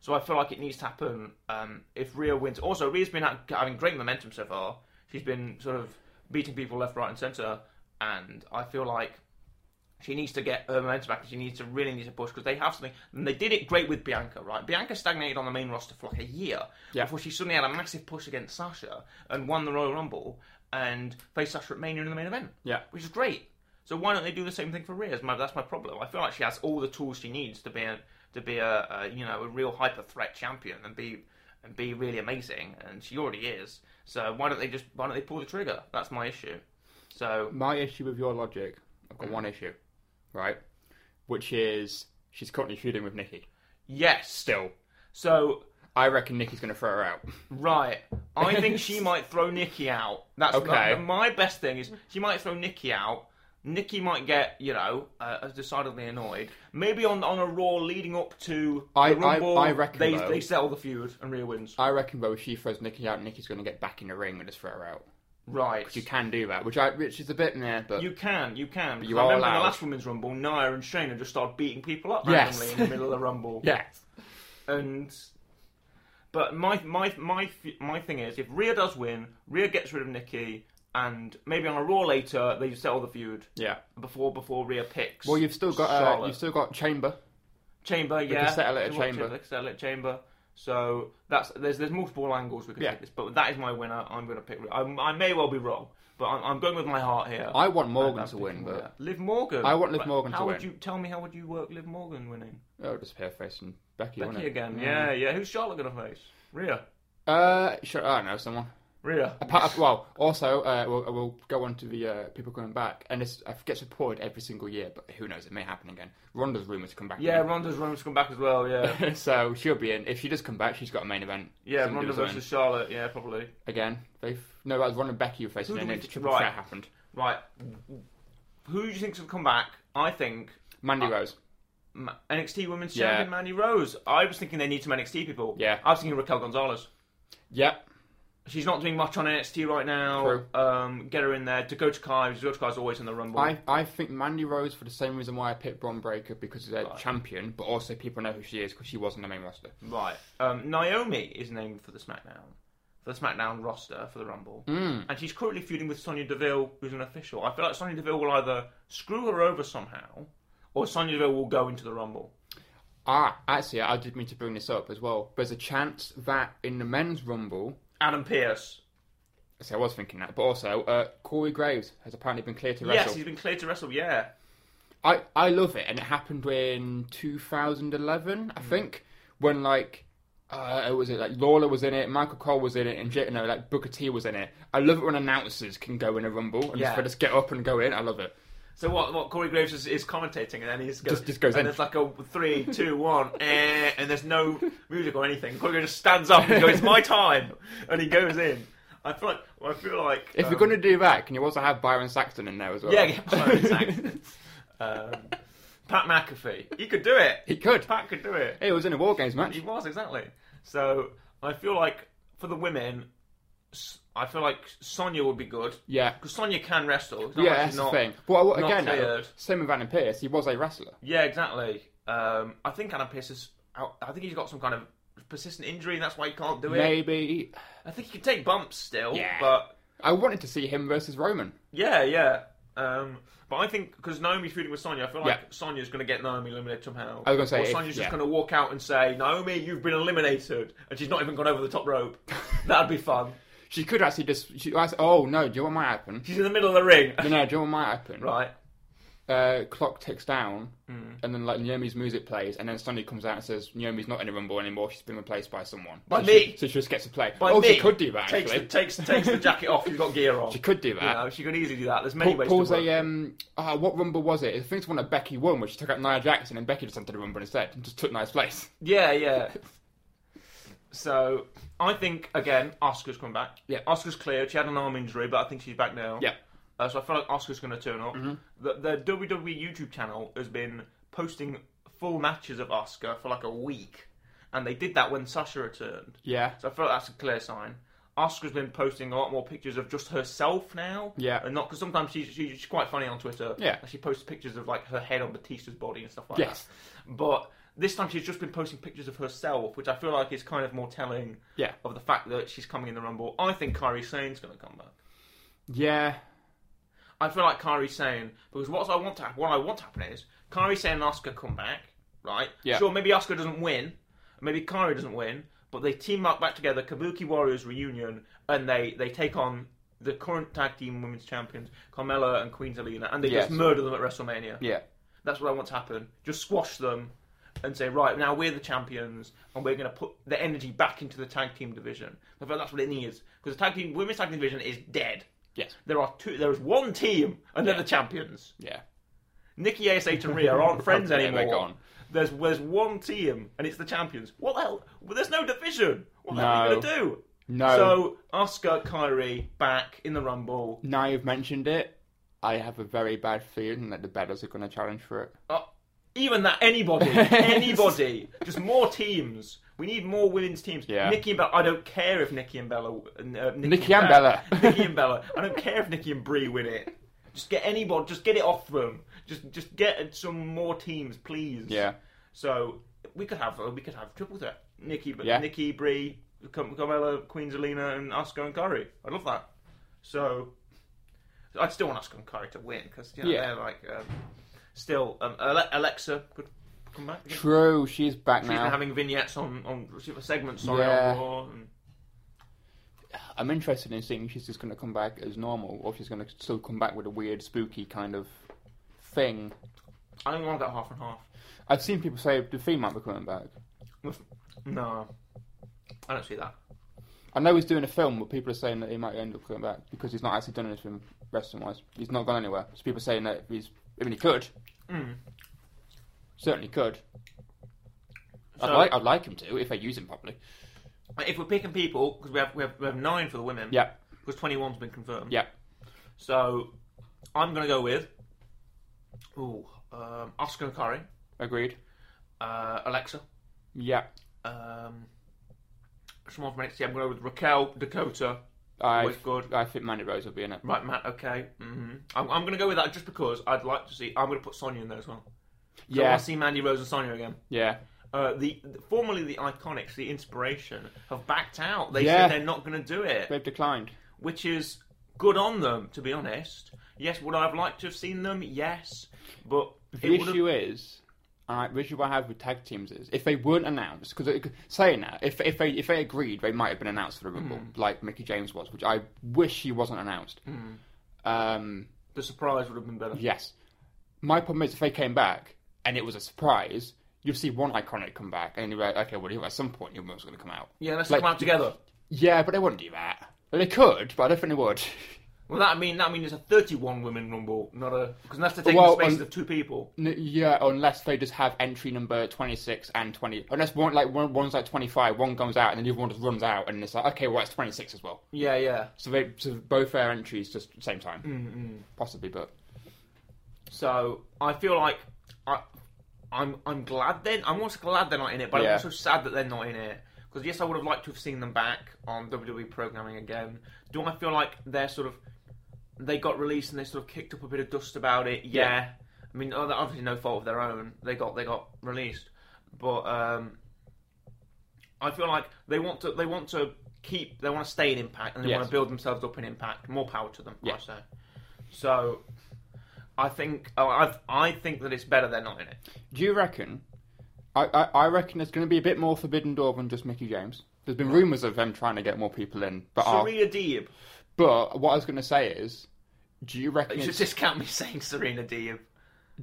[SPEAKER 2] So I feel like it needs to happen um, if Rhea wins. Also, Rhea's been ha- having great momentum so far. She's been sort of beating people left, right, and centre, and I feel like she needs to get her momentum back. She needs to really need to push because they have something. And they did it great with Bianca, right? Bianca stagnated on the main roster for like a year
[SPEAKER 3] Yeah.
[SPEAKER 2] before she suddenly had a massive push against Sasha and won the Royal Rumble and faced Sasha at Mania in the main event
[SPEAKER 3] yeah.
[SPEAKER 2] which is great. So why don't they do the same thing for Rhea? That's my, that's my problem. I feel like she has all the tools she needs to be a, to be a, a you know a real hyper threat champion and be and be really amazing, and she already is. So why don't they just why don't they pull the trigger? That's my issue. So
[SPEAKER 3] My issue with your logic, I've got one issue, right? Which is she's currently feuding with Nikki.
[SPEAKER 2] yes,
[SPEAKER 3] Still,
[SPEAKER 2] So
[SPEAKER 3] I reckon Nikki's going to throw her out.
[SPEAKER 2] right, I think she might throw Nikki out. That's
[SPEAKER 3] Okay.
[SPEAKER 2] my, my best thing is she might throw Nikki out. Nikki might get you know uh, decidedly annoyed. Maybe on on a Raw leading up to the
[SPEAKER 3] I- I-
[SPEAKER 2] Rumble,
[SPEAKER 3] I reckon,
[SPEAKER 2] they
[SPEAKER 3] though- Uh,
[SPEAKER 2] they settle the feud and Rhea wins.
[SPEAKER 3] I reckon though, if she throws Nikki out, Nikki's going to get back in the ring and just throw her out.
[SPEAKER 2] Right.
[SPEAKER 3] Which you can do that, which I which is a bit there, but
[SPEAKER 2] You can, you can.
[SPEAKER 3] You
[SPEAKER 2] You I
[SPEAKER 3] are
[SPEAKER 2] remember in
[SPEAKER 3] allowed.
[SPEAKER 2] the last Women's Rumble, Nia and Shayna just started beating people up
[SPEAKER 3] Yes.
[SPEAKER 2] randomly in the middle of the Rumble.
[SPEAKER 3] yes,
[SPEAKER 2] And but my my my th- my thing is, if Rhea does win, Rhea gets rid of Nikki, and maybe on a Raw later they settle the feud
[SPEAKER 3] yeah.
[SPEAKER 2] before before Rhea picks.
[SPEAKER 3] Well, you've still got uh,
[SPEAKER 2] Charlotte.
[SPEAKER 3] you've still got Chamber.
[SPEAKER 2] Chamber, yeah.
[SPEAKER 3] can settle it at
[SPEAKER 2] Well,
[SPEAKER 3] Chamber.
[SPEAKER 2] they can settle it at Chamber. So that's there's there's multiple angles we can
[SPEAKER 3] Yeah.
[SPEAKER 2] take this, but that is my winner. I'm going to pick. Rhea. I, I may well be wrong, but I'm, I'm going with my heart here.
[SPEAKER 3] I want Morgan
[SPEAKER 2] I'm
[SPEAKER 3] to win,
[SPEAKER 2] picking
[SPEAKER 3] but
[SPEAKER 2] Rhea. Liv Morgan.
[SPEAKER 3] I want Liv
[SPEAKER 2] But
[SPEAKER 3] Morgan to
[SPEAKER 2] how
[SPEAKER 3] win.
[SPEAKER 2] Would you tell me how would you work Liv Morgan winning?
[SPEAKER 3] oh, just pair facing
[SPEAKER 2] Becky
[SPEAKER 3] Becky. wouldn't it?
[SPEAKER 2] again. Yeah, yeah. Who's Charlotte going to face? Rhea.
[SPEAKER 3] Uh, sure. I don't know someone.
[SPEAKER 2] Rhea.
[SPEAKER 3] Apart, well, also uh, we'll, we'll go on to the uh, people coming back, and this uh, gets reported every single year, but who knows? It may happen again. Ronda's rumored to come back.
[SPEAKER 2] Yeah,
[SPEAKER 3] again.
[SPEAKER 2] Ronda's Ronda's come back as well. Yeah,
[SPEAKER 3] so she'll be in. If she does come back, she's got a main event.
[SPEAKER 2] yeah.
[SPEAKER 3] Something to
[SPEAKER 2] Ronda
[SPEAKER 3] do with
[SPEAKER 2] versus Charlotte. Yeah, probably.
[SPEAKER 3] something. again. They no, that was Ronda and Becky who faced
[SPEAKER 2] Who
[SPEAKER 3] it,
[SPEAKER 2] do
[SPEAKER 3] and
[SPEAKER 2] we-
[SPEAKER 3] then triple
[SPEAKER 2] right.
[SPEAKER 3] threat happened.
[SPEAKER 2] Right. Who do you think's going to come back? I think
[SPEAKER 3] Mandy
[SPEAKER 2] Ah.
[SPEAKER 3] Rose.
[SPEAKER 2] Ma- NXT Women's
[SPEAKER 3] Yeah.
[SPEAKER 2] Champion Mandy Rose. I was thinking they need some NXT people.
[SPEAKER 3] Yeah.
[SPEAKER 2] I was thinking Raquel Gonzalez.
[SPEAKER 3] Yep.
[SPEAKER 2] She's not doing much on NXT right now.
[SPEAKER 3] True.
[SPEAKER 2] Um, get her in there. Dakota Kai. Dakota Kai's always in the Rumble.
[SPEAKER 3] I, I think Mandy Rose for the same reason why I picked Braun Breaker because they're
[SPEAKER 2] Right.
[SPEAKER 3] champion, but also people know who she is because she was on the main roster.
[SPEAKER 2] Right. Um, Naomi is named for the SmackDown, for the SmackDown roster for the Rumble,
[SPEAKER 3] Mm.
[SPEAKER 2] and she's currently feuding with Sonya Deville, who's an official. I feel like Sonya Deville will either screw her over somehow, or Sonya Deville will go into the Rumble.
[SPEAKER 3] Ah, actually, I did mean to bring this up as well. There's a chance that in the men's rumble,
[SPEAKER 2] Adam Pierce.
[SPEAKER 3] so I was thinking that, but also uh, Corey Graves has apparently been cleared to
[SPEAKER 2] Yes,
[SPEAKER 3] wrestle.
[SPEAKER 2] he's been cleared to wrestle. Yeah.
[SPEAKER 3] I, I love it, and it happened in 2011,
[SPEAKER 2] Mm.
[SPEAKER 3] I think, when like uh, it was it like Lawler was in it, Michael Cole was in it, and J- no, like Booker T was in it. I love it when announcers can go in a rumble and
[SPEAKER 2] Yeah.
[SPEAKER 3] just, just get up and go in. I love it.
[SPEAKER 2] So what? What Corey Graves is, is commentating, and then he's
[SPEAKER 3] Just- just goes
[SPEAKER 2] and
[SPEAKER 3] in.
[SPEAKER 2] there's like a three, two, one, eh, and there's no music or anything. Corey Graves just stands up and goes, "It's my time," and he goes in. I feel like I feel like
[SPEAKER 3] If
[SPEAKER 2] um,
[SPEAKER 3] you're going to do that, can you also have Byron Saxton in there as well?
[SPEAKER 2] Yeah, get Byron Saxton. um, Pat McAfee. He could do it.
[SPEAKER 3] he could.
[SPEAKER 2] Pat could do it.
[SPEAKER 3] He was in a War Games match.
[SPEAKER 2] He was, exactly. So I feel like for the women, s- I feel like Sonya would be good.
[SPEAKER 3] Yeah.
[SPEAKER 2] Because Sonya can wrestle. It's not
[SPEAKER 3] Yeah,
[SPEAKER 2] like she's
[SPEAKER 3] that's
[SPEAKER 2] not-
[SPEAKER 3] the thing. Well, what-
[SPEAKER 2] not
[SPEAKER 3] again, though,
[SPEAKER 2] cleared.
[SPEAKER 3] same with Adam Pierce. He was a wrestler.
[SPEAKER 2] Yeah, exactly. Um, I think Adam Pearce is. out- I think he's got some kind of persistent injury, and that's why he can't do it.
[SPEAKER 3] Maybe
[SPEAKER 2] I think he can take bumps still,
[SPEAKER 3] Yeah.
[SPEAKER 2] but
[SPEAKER 3] I wanted to see him versus Roman.
[SPEAKER 2] yeah, yeah. Um, but I think because Naomi's feuding with Sonya, I feel like
[SPEAKER 3] Yeah.
[SPEAKER 2] Sonya's going to get Naomi eliminated somehow.
[SPEAKER 3] I was gonna say,
[SPEAKER 2] or
[SPEAKER 3] if-
[SPEAKER 2] Sonya's
[SPEAKER 3] yeah.
[SPEAKER 2] just going to walk out and say, "Naomi, you've been eliminated," and she's not even gone over the top rope. That'd be fun.
[SPEAKER 3] She could actually just. She, oh no! Do you know what might happen?
[SPEAKER 2] She's in the middle of the ring,
[SPEAKER 3] No, no, do you know what might happen?
[SPEAKER 2] right? Mm.
[SPEAKER 3] Uh, clock ticks down, and then like Naomi's music plays, and then Sonny comes out and says Naomi's not in a rumble anymore. She's been replaced by someone.
[SPEAKER 2] By
[SPEAKER 3] so She,
[SPEAKER 2] me.
[SPEAKER 3] so she just gets to play.
[SPEAKER 2] By
[SPEAKER 3] oh,
[SPEAKER 2] me,
[SPEAKER 3] she could do that
[SPEAKER 2] Takes the,
[SPEAKER 3] actually.
[SPEAKER 2] takes takes the jacket off. She's got gear on.
[SPEAKER 3] She could do that.
[SPEAKER 2] You know, she could easily do that. There's many
[SPEAKER 3] Paul,
[SPEAKER 2] ways
[SPEAKER 3] Paul's
[SPEAKER 2] to work.
[SPEAKER 3] a um. ah, what rumble was it? I think it's one that Becky won, where she took out Nia Jackson, and Becky just entered the rumble instead and just took Nia's place.
[SPEAKER 2] Yeah, yeah. So I think again, Oscar's come back.
[SPEAKER 3] Yeah.
[SPEAKER 2] Oscar's cleared. She had an arm injury, but I think she's back now.
[SPEAKER 3] Yeah. Mm-hmm.
[SPEAKER 2] Uh, so I feel like Oscar's going to turn up. The, the WWE YouTube channel has been posting full matches of Oscar for like a week, and they did that when Sasha returned.
[SPEAKER 3] Yeah.
[SPEAKER 2] So I feel like that's a clear sign. Oscar's been posting a lot more pictures of just herself now.
[SPEAKER 3] Yeah.
[SPEAKER 2] And not because sometimes she's, she, she's quite funny on Twitter.
[SPEAKER 3] Yeah.
[SPEAKER 2] And she posts pictures of like her head on Batista's body and stuff like
[SPEAKER 3] Yes.
[SPEAKER 2] that. But this time she's just been posting pictures of herself, which I feel like is kind of more telling
[SPEAKER 3] Yeah.
[SPEAKER 2] of the fact that she's coming in the Rumble. I think Kyrie Sane's going to come back.
[SPEAKER 3] Yeah.
[SPEAKER 2] I feel like Kyrie Sane because what I want to hap- what I want to happen is Kyrie Sane and Oscar come back, right?
[SPEAKER 3] Yeah.
[SPEAKER 2] Sure, maybe Oscar doesn't win, maybe Kyrie doesn't win, but they team up back together, Kabuki Warriors reunion, and they they take on the current tag team women's champions Carmella and Queen Zelina, and they
[SPEAKER 3] Yes.
[SPEAKER 2] just murder them at WrestleMania.
[SPEAKER 3] Yeah.
[SPEAKER 2] That's what I want to happen. Just squash them and say, right, now we're the champions and we're going to put the energy back into the tag team division. I feel that's what it needs. Because the tag team, women's tag team division is dead.
[SPEAKER 3] Yes.
[SPEAKER 2] There are two, there is one team and they're the champions.
[SPEAKER 3] Yeah.
[SPEAKER 2] Nikki ASH and Rhea aren't friends
[SPEAKER 3] Yeah, they're
[SPEAKER 2] anymore.
[SPEAKER 3] gone.
[SPEAKER 2] There's, there's one team and it's the champions. What the hell? Well, there's no division. What the hell are
[SPEAKER 3] No.
[SPEAKER 2] you going to do?
[SPEAKER 3] No.
[SPEAKER 2] So, Oscar, Kyrie, back in the Rumble.
[SPEAKER 3] Now you've mentioned it, I have a very bad feeling that the Bellas are going to challenge for it.
[SPEAKER 2] Oh, Even that, anybody, anybody, just more teams. We need more women's teams.
[SPEAKER 3] Yeah.
[SPEAKER 2] Nikki and Bella. I don't care if Nikki and Bella. Uh, Nikki,
[SPEAKER 3] Nikki and Bella.
[SPEAKER 2] Nikki and Bella. I don't care if Nikki and Brie win it. Just get anybody. Just get it off them. Just just get some more teams, please.
[SPEAKER 3] Yeah.
[SPEAKER 2] So we could have uh, we could have triple threat. Nikki, but
[SPEAKER 3] Yeah.
[SPEAKER 2] Nikki, Brie, Cam- Carmella, Queen Zelina, and Oscar and Curry. I love that. So I'd still want Oscar and Curry to win because you know,
[SPEAKER 3] Yeah.
[SPEAKER 2] they're like um, still um, Ale- Alexa could come back. Again.
[SPEAKER 3] True, she's back
[SPEAKER 2] She's
[SPEAKER 3] now.
[SPEAKER 2] been having vignettes on on segments sorry,
[SPEAKER 3] Yeah.
[SPEAKER 2] on Raw. And,
[SPEAKER 3] I'm interested in seeing if she's just going to come back as normal or if she's going to still come back with a weird, spooky kind of thing.
[SPEAKER 2] I think we want that half and half.
[SPEAKER 3] I've seen people say the Fiend might be coming back.
[SPEAKER 2] No, I don't see that.
[SPEAKER 3] I know he's doing a film, but people are saying that he might end up coming back because he's not actually done anything wrestling wise. He's not gone anywhere. So people are saying that he's. I mean, he could.
[SPEAKER 2] Mm.
[SPEAKER 3] Certainly could. I'd,
[SPEAKER 2] So-
[SPEAKER 3] like, I'd like him to if they use him properly.
[SPEAKER 2] If we're picking people, because we have, we have we have nine for the women.
[SPEAKER 3] Yeah.
[SPEAKER 2] Because twenty one's been confirmed.
[SPEAKER 3] Yeah.
[SPEAKER 2] So I'm gonna go with Ooh, um, Oscar and Curry,
[SPEAKER 3] Agreed.
[SPEAKER 2] uh, Alexa,
[SPEAKER 3] Yeah.
[SPEAKER 2] um, someone from NXT. I'm gonna go with Raquel, Dakota,
[SPEAKER 3] I,
[SPEAKER 2] always good.
[SPEAKER 3] I think Mandy Rose will be in it.
[SPEAKER 2] Right, Matt. Okay. hmm I'm, I'm gonna go with that just because I'd like to see. I'm gonna put Sonya in there as well. 'Cause I
[SPEAKER 3] Yeah.
[SPEAKER 2] want to see Mandy Rose and Sonya again.
[SPEAKER 3] Yeah.
[SPEAKER 2] Uh, the, the formerly the Iconics, the Inspiration, have backed out. They
[SPEAKER 3] Yeah.
[SPEAKER 2] said they're not gonna do it.
[SPEAKER 3] They've declined.
[SPEAKER 2] which is good on them, to be honest. Yes, would I have liked to have seen them? Yes, but
[SPEAKER 3] The
[SPEAKER 2] it would have.
[SPEAKER 3] issue is, and I, the issue I have with tag teams is if they weren't announced, because saying that, if if they if they agreed, they might have been announced for the Rumble, like Mickey James was, which I wish he wasn't announced. Um,
[SPEAKER 2] The surprise would have been better.
[SPEAKER 3] yes, my problem is if they came back and it was a surprise, you'd see one iconic come back, and you're like, okay, well, at some point, your was going to come out.
[SPEAKER 2] Yeah, let's
[SPEAKER 3] Like-
[SPEAKER 2] come out together.
[SPEAKER 3] Yeah, but they wouldn't do that. They could, but I don't think they would.
[SPEAKER 2] Well, that mean that means it's a 31 women rumble, not a because that's to take
[SPEAKER 3] Well,
[SPEAKER 2] the spaces
[SPEAKER 3] on-
[SPEAKER 2] of two people.
[SPEAKER 3] N- Yeah, unless they just have entry number twenty six and twenty. Unless one like one, one's like twenty five, one comes out, and then the other one just runs out, and it's like okay, well it's twenty six as well.
[SPEAKER 2] Yeah, yeah.
[SPEAKER 3] So they so both their entries just same time,
[SPEAKER 2] Mm,
[SPEAKER 3] possibly. But
[SPEAKER 2] So I feel like I, I'm I'm glad then. I'm also glad they're not in it, but
[SPEAKER 3] Yeah.
[SPEAKER 2] I'm also sad that they're not in it. Because yes, I would have liked to have seen them back on WWE programming again. Do I feel like they're sort of they got released and they sort of kicked up a bit of dust about it? Yeah.
[SPEAKER 3] Yeah.
[SPEAKER 2] I mean, oh, they're obviously no fault of their own. They got they got released, but um, I feel like they want to they want to keep they want to stay in Impact and they
[SPEAKER 3] Yes.
[SPEAKER 2] want to build themselves up in Impact. More power to them.
[SPEAKER 3] Yeah.
[SPEAKER 2] I say. So I think oh, I've, I think that it's better they're not in it.
[SPEAKER 3] do you reckon? I I, I reckon there's going to be a bit more Forbidden Door than just Mickey James. There's been rumours of them trying to get more people in, but are-
[SPEAKER 2] Serena Deeb.
[SPEAKER 3] but what I was going to say is, do you reckon?
[SPEAKER 2] You should
[SPEAKER 3] it's-
[SPEAKER 2] just count me saying Serena Deeb.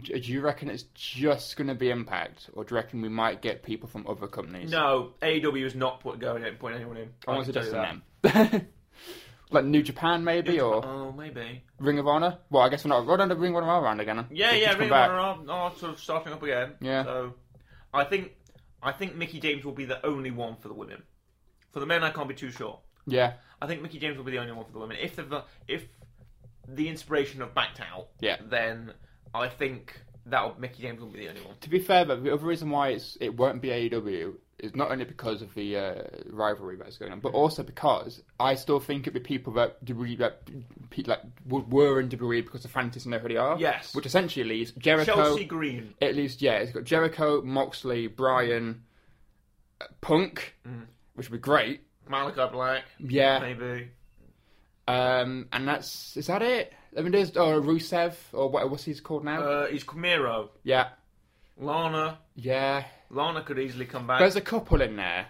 [SPEAKER 3] do you reckon it's just going to be Impact, or do you reckon we might get people from other companies?
[SPEAKER 2] No, AEW is not put going in, putting anyone in.
[SPEAKER 3] I
[SPEAKER 2] can
[SPEAKER 3] want to
[SPEAKER 2] tell you
[SPEAKER 3] just
[SPEAKER 2] that.
[SPEAKER 3] them. like New Japan, maybe, or
[SPEAKER 2] Oh, maybe.
[SPEAKER 3] Ring of Honor. Well, I guess we're not. We're not Ring of Honor around again. huh?
[SPEAKER 2] Yeah,
[SPEAKER 3] They've
[SPEAKER 2] yeah.
[SPEAKER 3] just come
[SPEAKER 2] Ring
[SPEAKER 3] back.
[SPEAKER 2] of Honor are, are sort of starting up again.
[SPEAKER 3] Yeah.
[SPEAKER 2] So I think I think Mickey James will be the only one for the women. For the men, I can't be too sure.
[SPEAKER 3] Yeah,
[SPEAKER 2] I think Mickey James will be the only one for the women. If the if the inspiration have backed out,
[SPEAKER 3] Yeah.
[SPEAKER 2] then I think that Mickey James will be the only one.
[SPEAKER 3] to be fair, though, the other reason why it's it won't be AEW is not only because of the uh, rivalry that's going on, but also because I still think it'd be people that WWE that pe- like w- were in WWE because the fantasies know who they are.
[SPEAKER 2] Yes.
[SPEAKER 3] which essentially leaves Jericho.
[SPEAKER 2] Chelsea Green.
[SPEAKER 3] At least, yeah, it's got Jericho, Moxley, Bryan, uh, Punk,
[SPEAKER 2] Mm.
[SPEAKER 3] which would be great.
[SPEAKER 2] Malachi Black,
[SPEAKER 3] Yeah,
[SPEAKER 2] maybe.
[SPEAKER 3] Um, and that's is that it? I mean, there's or oh, Rusev or what, what's he's called now?
[SPEAKER 2] Uh, he's Camaro.
[SPEAKER 3] yeah,
[SPEAKER 2] Lana.
[SPEAKER 3] yeah.
[SPEAKER 2] Lana could easily come back.
[SPEAKER 3] There's a couple in there.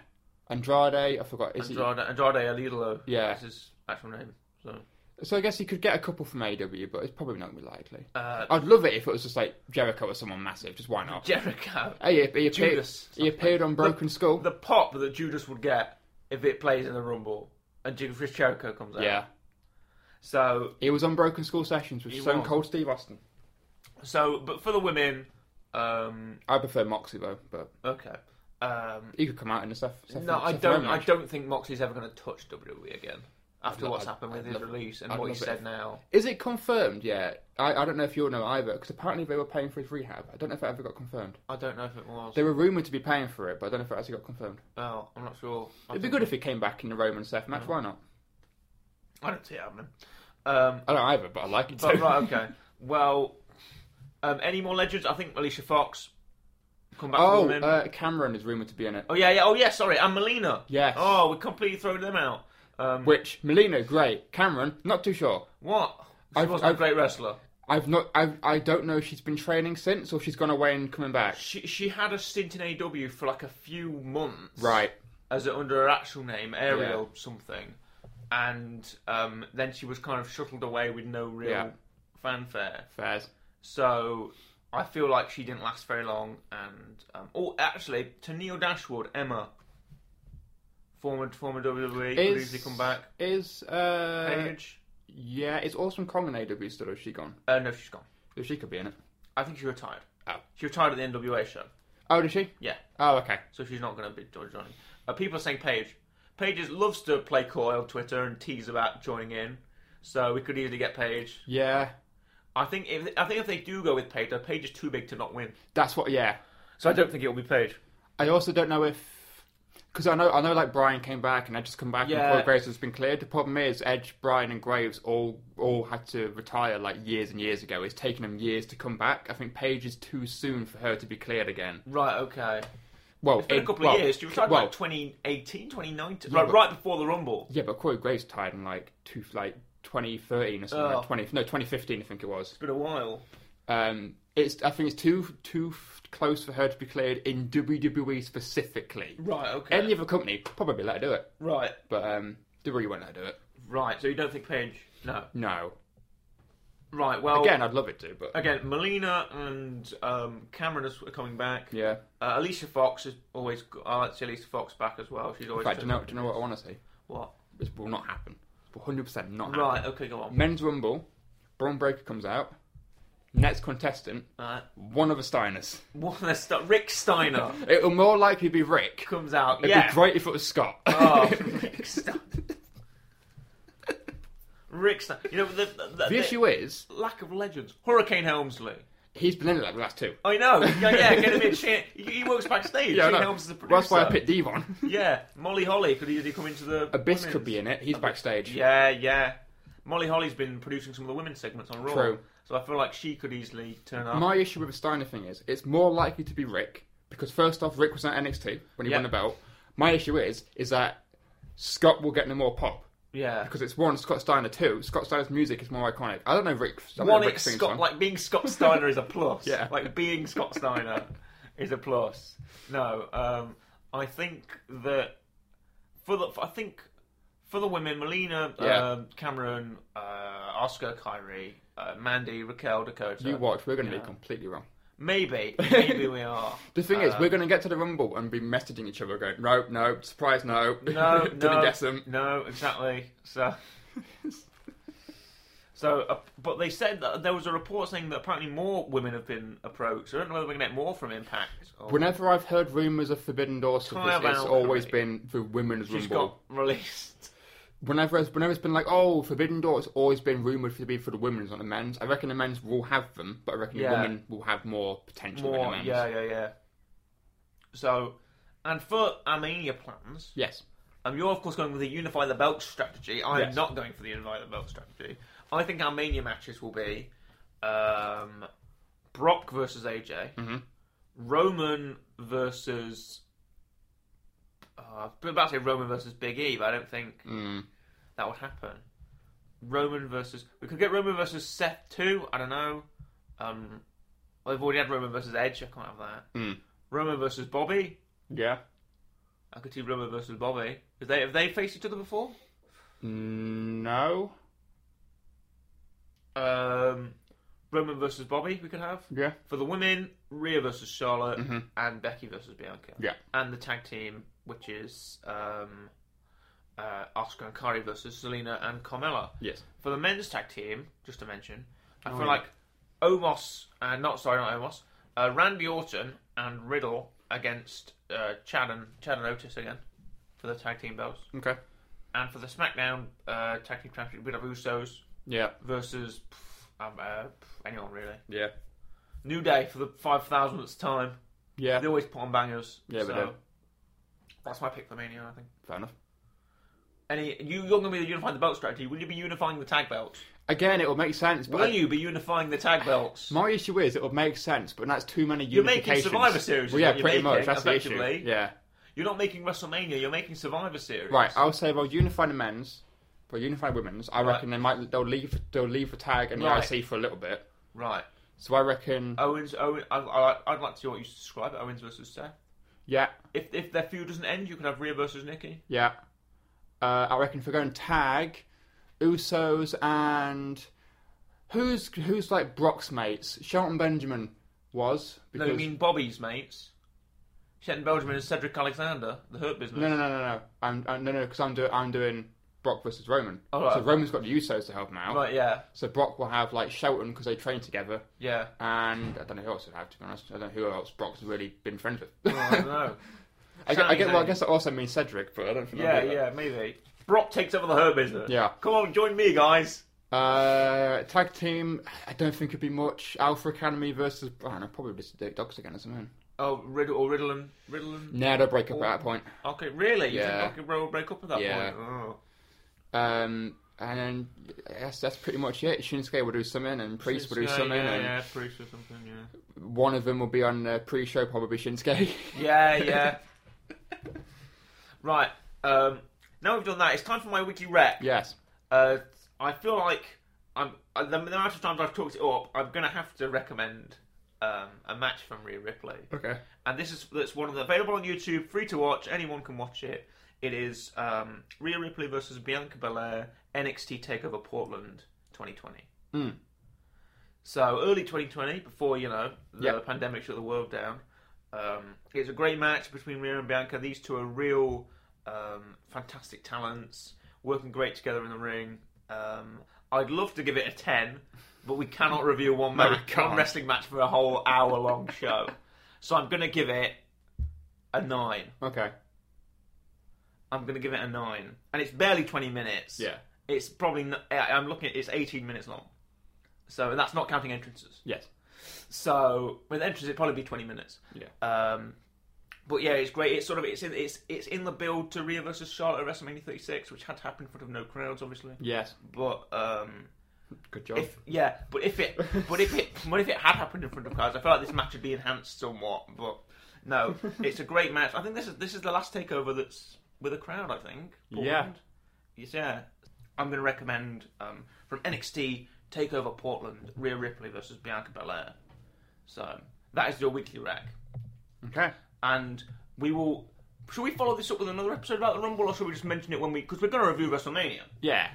[SPEAKER 3] Andrade, I forgot. Is
[SPEAKER 2] Andrade, Andrade Alidolo.
[SPEAKER 3] Yeah.
[SPEAKER 2] That's his actual name. So,
[SPEAKER 3] he, so I guess you could get a couple from AW, but it's probably not gonna be likely.
[SPEAKER 2] uh,
[SPEAKER 3] I'd love it if it was just like Jericho or someone massive. Just why not?
[SPEAKER 2] Jericho.
[SPEAKER 3] hey, he, he appeared,
[SPEAKER 2] Judas.
[SPEAKER 3] he appeared on Broken Skull.
[SPEAKER 2] The pop that Judas would get if it plays in the Rumble and Jig- Chris Jericho comes out.
[SPEAKER 3] yeah,
[SPEAKER 2] So,
[SPEAKER 3] he was on Broken Skull sessions with
[SPEAKER 2] He
[SPEAKER 3] Stone
[SPEAKER 2] was.
[SPEAKER 3] Cold Steve Austin.
[SPEAKER 2] so, but for the women, um,
[SPEAKER 3] I prefer Moxie though, but
[SPEAKER 2] okay. Um,
[SPEAKER 3] he could come out in the Seth. Seth
[SPEAKER 2] no, I
[SPEAKER 3] Seth
[SPEAKER 2] don't.
[SPEAKER 3] Rollins
[SPEAKER 2] I
[SPEAKER 3] match.
[SPEAKER 2] don't think Moxie's ever going to touch WWE E again. after
[SPEAKER 3] I'd lo-
[SPEAKER 2] what's
[SPEAKER 3] I'd-
[SPEAKER 2] happened with
[SPEAKER 3] I'd
[SPEAKER 2] his
[SPEAKER 3] love it.
[SPEAKER 2] release and
[SPEAKER 3] I'd
[SPEAKER 2] what he
[SPEAKER 3] love it
[SPEAKER 2] said
[SPEAKER 3] if-
[SPEAKER 2] now.
[SPEAKER 3] Is it confirmed yet? I, I don't know if you'll know either, because apparently they were paying for his rehab. I don't know if it ever got confirmed.
[SPEAKER 2] I don't know if it was.
[SPEAKER 3] They were rumoured to be paying for it, but I don't know if it actually got confirmed.
[SPEAKER 2] Oh, I'm not sure. I
[SPEAKER 3] It'd be
[SPEAKER 2] think-
[SPEAKER 3] good if he came back in the Roman Seth match. Why not?
[SPEAKER 2] I don't see it happening. Um,
[SPEAKER 3] I don't either, but I like it too.
[SPEAKER 2] but Oh, right, okay. Well, um, any more legends? I think Alicia Fox come back.
[SPEAKER 3] Oh,
[SPEAKER 2] for women.
[SPEAKER 3] uh, Cameron is rumoured to be in it.
[SPEAKER 2] oh yeah, yeah. Oh yeah. Sorry, and Melina.
[SPEAKER 3] Yes.
[SPEAKER 2] Oh, we completely thrown them out. Um,
[SPEAKER 3] Which Molina, great. Cameron, not too sure.
[SPEAKER 2] what? She
[SPEAKER 3] I've-
[SPEAKER 2] was a
[SPEAKER 3] I've-
[SPEAKER 2] great wrestler.
[SPEAKER 3] I've not. I've, I don't know if she's been training since or if she's gone away and coming back.
[SPEAKER 2] She she had a stint in AW for like a few months.
[SPEAKER 3] Right.
[SPEAKER 2] as a, under her actual name, Ariel
[SPEAKER 3] Yeah.
[SPEAKER 2] something, and um, then she was kind of shuttled away with no real
[SPEAKER 3] Yeah.
[SPEAKER 2] fanfare.
[SPEAKER 3] Fairs.
[SPEAKER 2] So I feel like she didn't last very long. And um, oh, actually, to Neil Dashwood, Emma, former former WWE, would usually come back.
[SPEAKER 3] Is uh
[SPEAKER 2] Paige,
[SPEAKER 3] yeah? Is Awesome Kong in AW still? Or is she gone?
[SPEAKER 2] uh, no, she's gone.
[SPEAKER 3] So she could be in it.
[SPEAKER 2] I think she retired.
[SPEAKER 3] Oh.
[SPEAKER 2] She retired at the NWA show.
[SPEAKER 3] Oh, does she?
[SPEAKER 2] Yeah,
[SPEAKER 3] Oh, okay.
[SPEAKER 2] so she's not going to be jo- joining. Uh, people are saying Paige. Paige is- loves to play coy on Twitter and tease about joining in. So we could easily get Paige.
[SPEAKER 3] Yeah,
[SPEAKER 2] I think if I think if they do go with Paige, though, Paige is too big to not win.
[SPEAKER 3] that's what. Yeah.
[SPEAKER 2] So I don't think it will be Paige.
[SPEAKER 3] I also don't know if because I know I know like Brian came back and Edge has come back
[SPEAKER 2] Yeah.
[SPEAKER 3] and Corey Graves has been cleared. The problem is Edge, Brian, and Graves all all had to retire like years and years ago. It's taken them years to come back. I think Paige is too soon for her to be cleared again.
[SPEAKER 2] Right. Okay.
[SPEAKER 3] Well,
[SPEAKER 2] It's been a
[SPEAKER 3] it-
[SPEAKER 2] couple
[SPEAKER 3] well,
[SPEAKER 2] of years. She was talking
[SPEAKER 3] well,
[SPEAKER 2] about 2018, 2019,
[SPEAKER 3] Yeah,
[SPEAKER 2] right,
[SPEAKER 3] but-
[SPEAKER 2] right before the Rumble.
[SPEAKER 3] yeah, but Corey Graves tied in like two like 2013 or something.
[SPEAKER 2] Oh.
[SPEAKER 3] Like 20 no 2015 I think it was.
[SPEAKER 2] It's been a while.
[SPEAKER 3] Um, it's I think it's too too f- close for her to be cleared in WWE specifically.
[SPEAKER 2] Right. Okay.
[SPEAKER 3] Any other company probably let her do it,
[SPEAKER 2] right.
[SPEAKER 3] but um, WWE won't let her do it.
[SPEAKER 2] Right. So you don't think Paige? No.
[SPEAKER 3] No.
[SPEAKER 2] Right. Well.
[SPEAKER 3] Again, I'd love it to, but
[SPEAKER 2] Again, Melina and um, Cameron is- are coming back.
[SPEAKER 3] yeah.
[SPEAKER 2] Uh, Alicia Fox is always. go- I like to see Alicia Fox back as well. She's
[SPEAKER 3] In
[SPEAKER 2] always.
[SPEAKER 3] fact, do you know, do you know what I want to say?
[SPEAKER 2] What?
[SPEAKER 3] This will not happen. One hundred percent not happen.
[SPEAKER 2] Right. Okay. Go on.
[SPEAKER 3] Men's Rumble. Braun Breaker comes out. Next contestant,
[SPEAKER 2] Right.
[SPEAKER 3] one of the Steiners.
[SPEAKER 2] One of the st- Rick Steiner
[SPEAKER 3] It will more likely be Rick.
[SPEAKER 2] comes out.
[SPEAKER 3] It'd
[SPEAKER 2] yeah.
[SPEAKER 3] be great if it was Scott.
[SPEAKER 2] Oh, Rick Stein. Rick Stein. You know, the, the, the,
[SPEAKER 3] the issue is
[SPEAKER 2] lack of legends. Hurricane Helmsley.
[SPEAKER 3] he's been in it like the last two.
[SPEAKER 2] I know. Yeah, yeah get him in. She, he, he works backstage.
[SPEAKER 3] Yeah, I
[SPEAKER 2] Oh, she
[SPEAKER 3] know.
[SPEAKER 2] Helms is the producer.
[SPEAKER 3] that's why I picked Devon.
[SPEAKER 2] Yeah, Molly Holly could easily come into the.
[SPEAKER 3] Abyss
[SPEAKER 2] women's.
[SPEAKER 3] could be in it. He's backstage.
[SPEAKER 2] Yeah, yeah. Molly Holly's been producing some of the women's segments on Raw.
[SPEAKER 3] True.
[SPEAKER 2] So I feel like she could easily turn up.
[SPEAKER 3] My issue with the Steiner thing is it's more likely to be Rick because first off, Rick was at NXT when he
[SPEAKER 2] Yeah.
[SPEAKER 3] won the belt. My issue is is that Scott will get no more pop
[SPEAKER 2] yeah.
[SPEAKER 3] because it's one Scott Steiner two. Scott Steiner's music is more iconic. I don't know Rick. I don't
[SPEAKER 2] One,
[SPEAKER 3] know Rick
[SPEAKER 2] it's
[SPEAKER 3] sings
[SPEAKER 2] Scott,
[SPEAKER 3] one.
[SPEAKER 2] like being Scott Steiner is a plus.
[SPEAKER 3] Yeah.
[SPEAKER 2] Like being Scott Steiner is a plus. No, um, I think that for the, I think for the women, Melina,
[SPEAKER 3] Yeah.
[SPEAKER 2] um, Cameron, uh, Oscar, Kyrie, uh, Mandy, Raquel, Dakota.
[SPEAKER 3] you watch, we're going to
[SPEAKER 2] Yeah.
[SPEAKER 3] be completely wrong.
[SPEAKER 2] Maybe, maybe we are.
[SPEAKER 3] The thing is,
[SPEAKER 2] Uh,
[SPEAKER 3] we're going to get to the Rumble and be messaging each other, going, "No, no, surprise, no,
[SPEAKER 2] No,
[SPEAKER 3] didn't
[SPEAKER 2] no,
[SPEAKER 3] guess them."
[SPEAKER 2] no, exactly. So, so, uh, but they said that there was a report saying that apparently more women have been approached. I don't know whether we're going to get more from Impact. Or...
[SPEAKER 3] Whenever I've heard rumours of Forbidden Door stuff,
[SPEAKER 2] Try
[SPEAKER 3] it's, it's
[SPEAKER 2] about
[SPEAKER 3] always
[SPEAKER 2] Kairi.
[SPEAKER 3] been the women's
[SPEAKER 2] She's
[SPEAKER 3] Rumble.
[SPEAKER 2] got released.
[SPEAKER 3] whenever it's, whenever it's been like, oh, Forbidden Door, it's always been rumored to be for the women's, not the men's. I reckon the men's will have them, but I reckon
[SPEAKER 2] Yeah.
[SPEAKER 3] the women will have more potential than
[SPEAKER 2] More,
[SPEAKER 3] the men's.
[SPEAKER 2] yeah, yeah, yeah. So, and for Armenia plans,
[SPEAKER 3] Yes.
[SPEAKER 2] um, you're of course going with the unify the belt strategy. I am
[SPEAKER 3] Yes.
[SPEAKER 2] not going for the unify the belt strategy. I think Armenia matches will be um, Brock versus AJ,
[SPEAKER 3] Mhm.
[SPEAKER 2] Roman versus. Uh, I'm about to say Roman versus Big E, but I don't think
[SPEAKER 3] Mm.
[SPEAKER 2] that would happen. Roman versus we could get Roman versus Seth too. I don't know. Um, well, they've already had Roman versus Edge. I can't have that.
[SPEAKER 3] Mm.
[SPEAKER 2] Roman versus Bobby.
[SPEAKER 3] Yeah.
[SPEAKER 2] I could see Roman versus Bobby. Have they have they faced each other before?
[SPEAKER 3] No.
[SPEAKER 2] Um, Roman versus Bobby. We could have
[SPEAKER 3] Yeah.
[SPEAKER 2] for the women Rhea versus Charlotte
[SPEAKER 3] Mhm.
[SPEAKER 2] and Becky versus Bianca.
[SPEAKER 3] Yeah.
[SPEAKER 2] and the tag team which is um, uh, Oscar and Kari versus Selena and Carmella.
[SPEAKER 3] Yes.
[SPEAKER 2] for the men's tag team, just to mention, I feel
[SPEAKER 3] Oh, yeah.
[SPEAKER 2] like Omos, uh, not sorry, not Omos, uh, Randy Orton and Riddle against uh, Chad and Chad and Otis again for the tag team belts.
[SPEAKER 3] Okay.
[SPEAKER 2] And for the SmackDown uh, Tag Team Championship, we'd have Usos
[SPEAKER 3] Yeah,
[SPEAKER 2] versus pff, um, uh, pff, anyone really.
[SPEAKER 3] yeah,
[SPEAKER 2] New Day for the five thousandth time.
[SPEAKER 3] yeah.
[SPEAKER 2] They always put on bangers.
[SPEAKER 3] Yeah, they
[SPEAKER 2] so
[SPEAKER 3] do.
[SPEAKER 2] That's my pick for Mania. I think.
[SPEAKER 3] Fair enough.
[SPEAKER 2] Any you, you're going to be the unifying the belt strategy. Will you be unifying the tag belts?
[SPEAKER 3] Again, it will make sense, but
[SPEAKER 2] Will
[SPEAKER 3] I-
[SPEAKER 2] you be unifying the tag belts?
[SPEAKER 3] my issue is it will make sense, but that's too many
[SPEAKER 2] You're making
[SPEAKER 3] unifications.
[SPEAKER 2] Survivor Series is
[SPEAKER 3] Well, yeah,
[SPEAKER 2] what you're
[SPEAKER 3] pretty much.
[SPEAKER 2] making,
[SPEAKER 3] That's the issue.
[SPEAKER 2] effectively.
[SPEAKER 3] Yeah.
[SPEAKER 2] You're not making WrestleMania. You're making Survivor Series.
[SPEAKER 3] Right, I'll say they'll unify the men's, they'll unify women's. I reckon they might they'll leave they'll leave the tag and the
[SPEAKER 2] Right.
[SPEAKER 3] IC for a little bit.
[SPEAKER 2] right.
[SPEAKER 3] So I reckon
[SPEAKER 2] Owens. Owen. I, I, I'd like to see what you describe it, Owens versus Seth.
[SPEAKER 3] yeah,
[SPEAKER 2] If if their feud doesn't end, you could have Rhea versus Nikki.
[SPEAKER 3] yeah. Uh, I reckon if we're going tag, Usos and who's who's like Brock's mates? Shelton Benjamin was
[SPEAKER 2] No,
[SPEAKER 3] because
[SPEAKER 2] you mean Bobby's mates. Shelton Benjamin and Cedric Alexander, the Hurt Business.
[SPEAKER 3] no no no no no I'm, i no no because I'm doing I'm doing Brock versus Roman.
[SPEAKER 2] Oh, right.
[SPEAKER 3] So Roman's got the Usos to help him out.
[SPEAKER 2] Right, yeah,
[SPEAKER 3] So Brock will have like Shelton because they train together.
[SPEAKER 2] yeah.
[SPEAKER 3] And I don't know who else would have to be honest. I don't know who else Brock's really been friends with.
[SPEAKER 2] Oh, I don't know.
[SPEAKER 3] I, get, I,
[SPEAKER 2] Sounds
[SPEAKER 3] get, well, I
[SPEAKER 2] like-
[SPEAKER 3] guess that also means Cedric, but I don't think.
[SPEAKER 2] Yeah,
[SPEAKER 3] that'd be
[SPEAKER 2] yeah, maybe. Brock takes over the Hurt Business.
[SPEAKER 3] Yeah.
[SPEAKER 2] Come on, join me, guys.
[SPEAKER 3] that. Uh, tag team. I don't think it'd be much. Alpha Academy versus I don't know. Probably just Dick Dogs again or something.
[SPEAKER 2] Oh, Riddle or Riddle and Riddle and.
[SPEAKER 3] Nah, they'll break up at
[SPEAKER 2] Oh.
[SPEAKER 3] that point.
[SPEAKER 2] Okay, really? You
[SPEAKER 3] Yeah.
[SPEAKER 2] think Rocky Road will break up at that
[SPEAKER 3] Yeah.
[SPEAKER 2] point? Oh.
[SPEAKER 3] Um, and then that's that's pretty much it. Shinsuke will do something, and Priest will do
[SPEAKER 2] Yeah,
[SPEAKER 3] something,
[SPEAKER 2] Yeah,
[SPEAKER 3] and
[SPEAKER 2] yeah, Priest or something. Yeah.
[SPEAKER 3] one of them will be on the pre-show, probably Shinsuke.
[SPEAKER 2] Yeah, yeah. right. Um, now we've done that. It's time for my wiki rep.
[SPEAKER 3] yes.
[SPEAKER 2] Uh, I feel like I'm uh, the the amount of times I've talked it up. I'm gonna have to recommend um, a match from Rhea Ripley,
[SPEAKER 3] Okay.
[SPEAKER 2] and this is that's one of the available on YouTube, free to watch. Anyone can watch it. It is um, Rhea Ripley versus Bianca Belair NXT Takeover Portland 2020.
[SPEAKER 3] Hmm.
[SPEAKER 2] So early 2020, before you know the
[SPEAKER 3] Yeah.
[SPEAKER 2] pandemic shut the world down. Um, it's a great match between Rhea and Bianca. These two are real, um, fantastic talents, working great together in the ring. Um, I'd love to give it a ten, but we cannot review one
[SPEAKER 3] No,
[SPEAKER 2] match,
[SPEAKER 3] we can't.
[SPEAKER 2] one wrestling match for a whole hour-long show. So I'm going to give it a nine.
[SPEAKER 3] Okay.
[SPEAKER 2] I'm going to give it a nine, and it's barely 20 minutes.
[SPEAKER 3] Yeah.
[SPEAKER 2] it's probably. Not, I- I'm looking at it's 18 minutes long. So and that's not counting entrances.
[SPEAKER 3] Yes.
[SPEAKER 2] So with entrances, it'd probably be 20 minutes.
[SPEAKER 3] Yeah.
[SPEAKER 2] Um, but yeah, it's great. It's sort of it's in, it's it's in the build to Rhea versus Charlotte at WrestleMania 36, which had to happen in front of no crowds, obviously.
[SPEAKER 3] Yes.
[SPEAKER 2] But um,
[SPEAKER 3] Good job.
[SPEAKER 2] if yeah, but if it but if it but if it had happened in front of crowds, I feel like this match would be enhanced somewhat. But no, it's a great match. I think this is this is the last takeover that's with a crowd. I think.
[SPEAKER 3] Yeah.
[SPEAKER 2] Yes, yeah. I'm going to recommend um, from NXT Takeover Portland, Rhea Ripley versus Bianca Belair. So that is your weekly rec,
[SPEAKER 3] Okay.
[SPEAKER 2] and we will. Should we follow this up with another episode about the Rumble, or should we just mention it when we? Because we're going to review WrestleMania.
[SPEAKER 3] Yeah.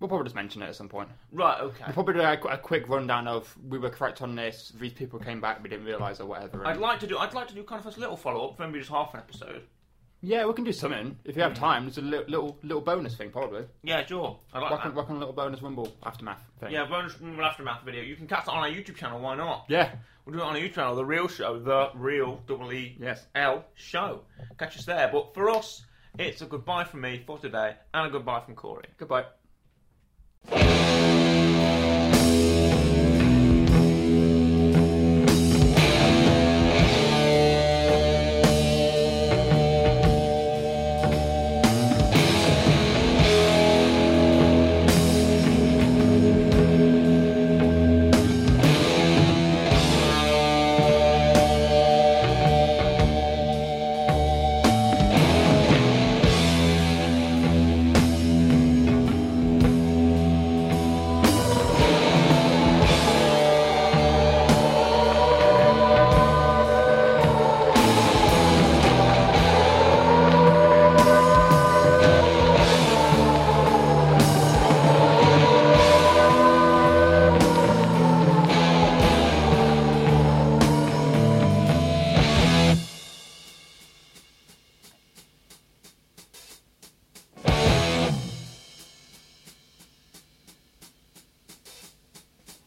[SPEAKER 3] We'll probably just mention it at some point.
[SPEAKER 2] Right. Okay.
[SPEAKER 3] Probably do a, a quick rundown of we were correct on this. These people came back, we didn't realise or whatever.
[SPEAKER 2] I'd
[SPEAKER 3] and-
[SPEAKER 2] like to do. I'd like to do kind of a little follow up, maybe just half an episode.
[SPEAKER 3] yeah, we can do something if you have time. There's a li- little little bonus thing probably.
[SPEAKER 2] Yeah, sure. I like
[SPEAKER 3] Rock on,
[SPEAKER 2] that.
[SPEAKER 3] rock on a little bonus rumble aftermath thing.
[SPEAKER 2] Uh, Yeah, bonus from aftermath video. You can catch it on our YouTube channel. Why not?
[SPEAKER 3] Yeah.
[SPEAKER 2] We'll do it on our YouTube channel, the Real Show, the Real Double E
[SPEAKER 3] Yes.
[SPEAKER 2] L Show. Catch us there. But for us, it's a goodbye from me for today, and a goodbye from Corey.
[SPEAKER 3] Goodbye.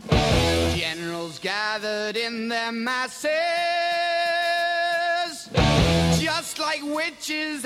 [SPEAKER 4] Generals gathered in their masses, just like like witches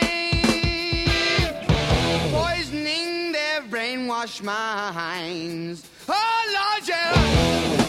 [SPEAKER 4] Poisoning their brainwashed minds. Oh, Lord, yeah.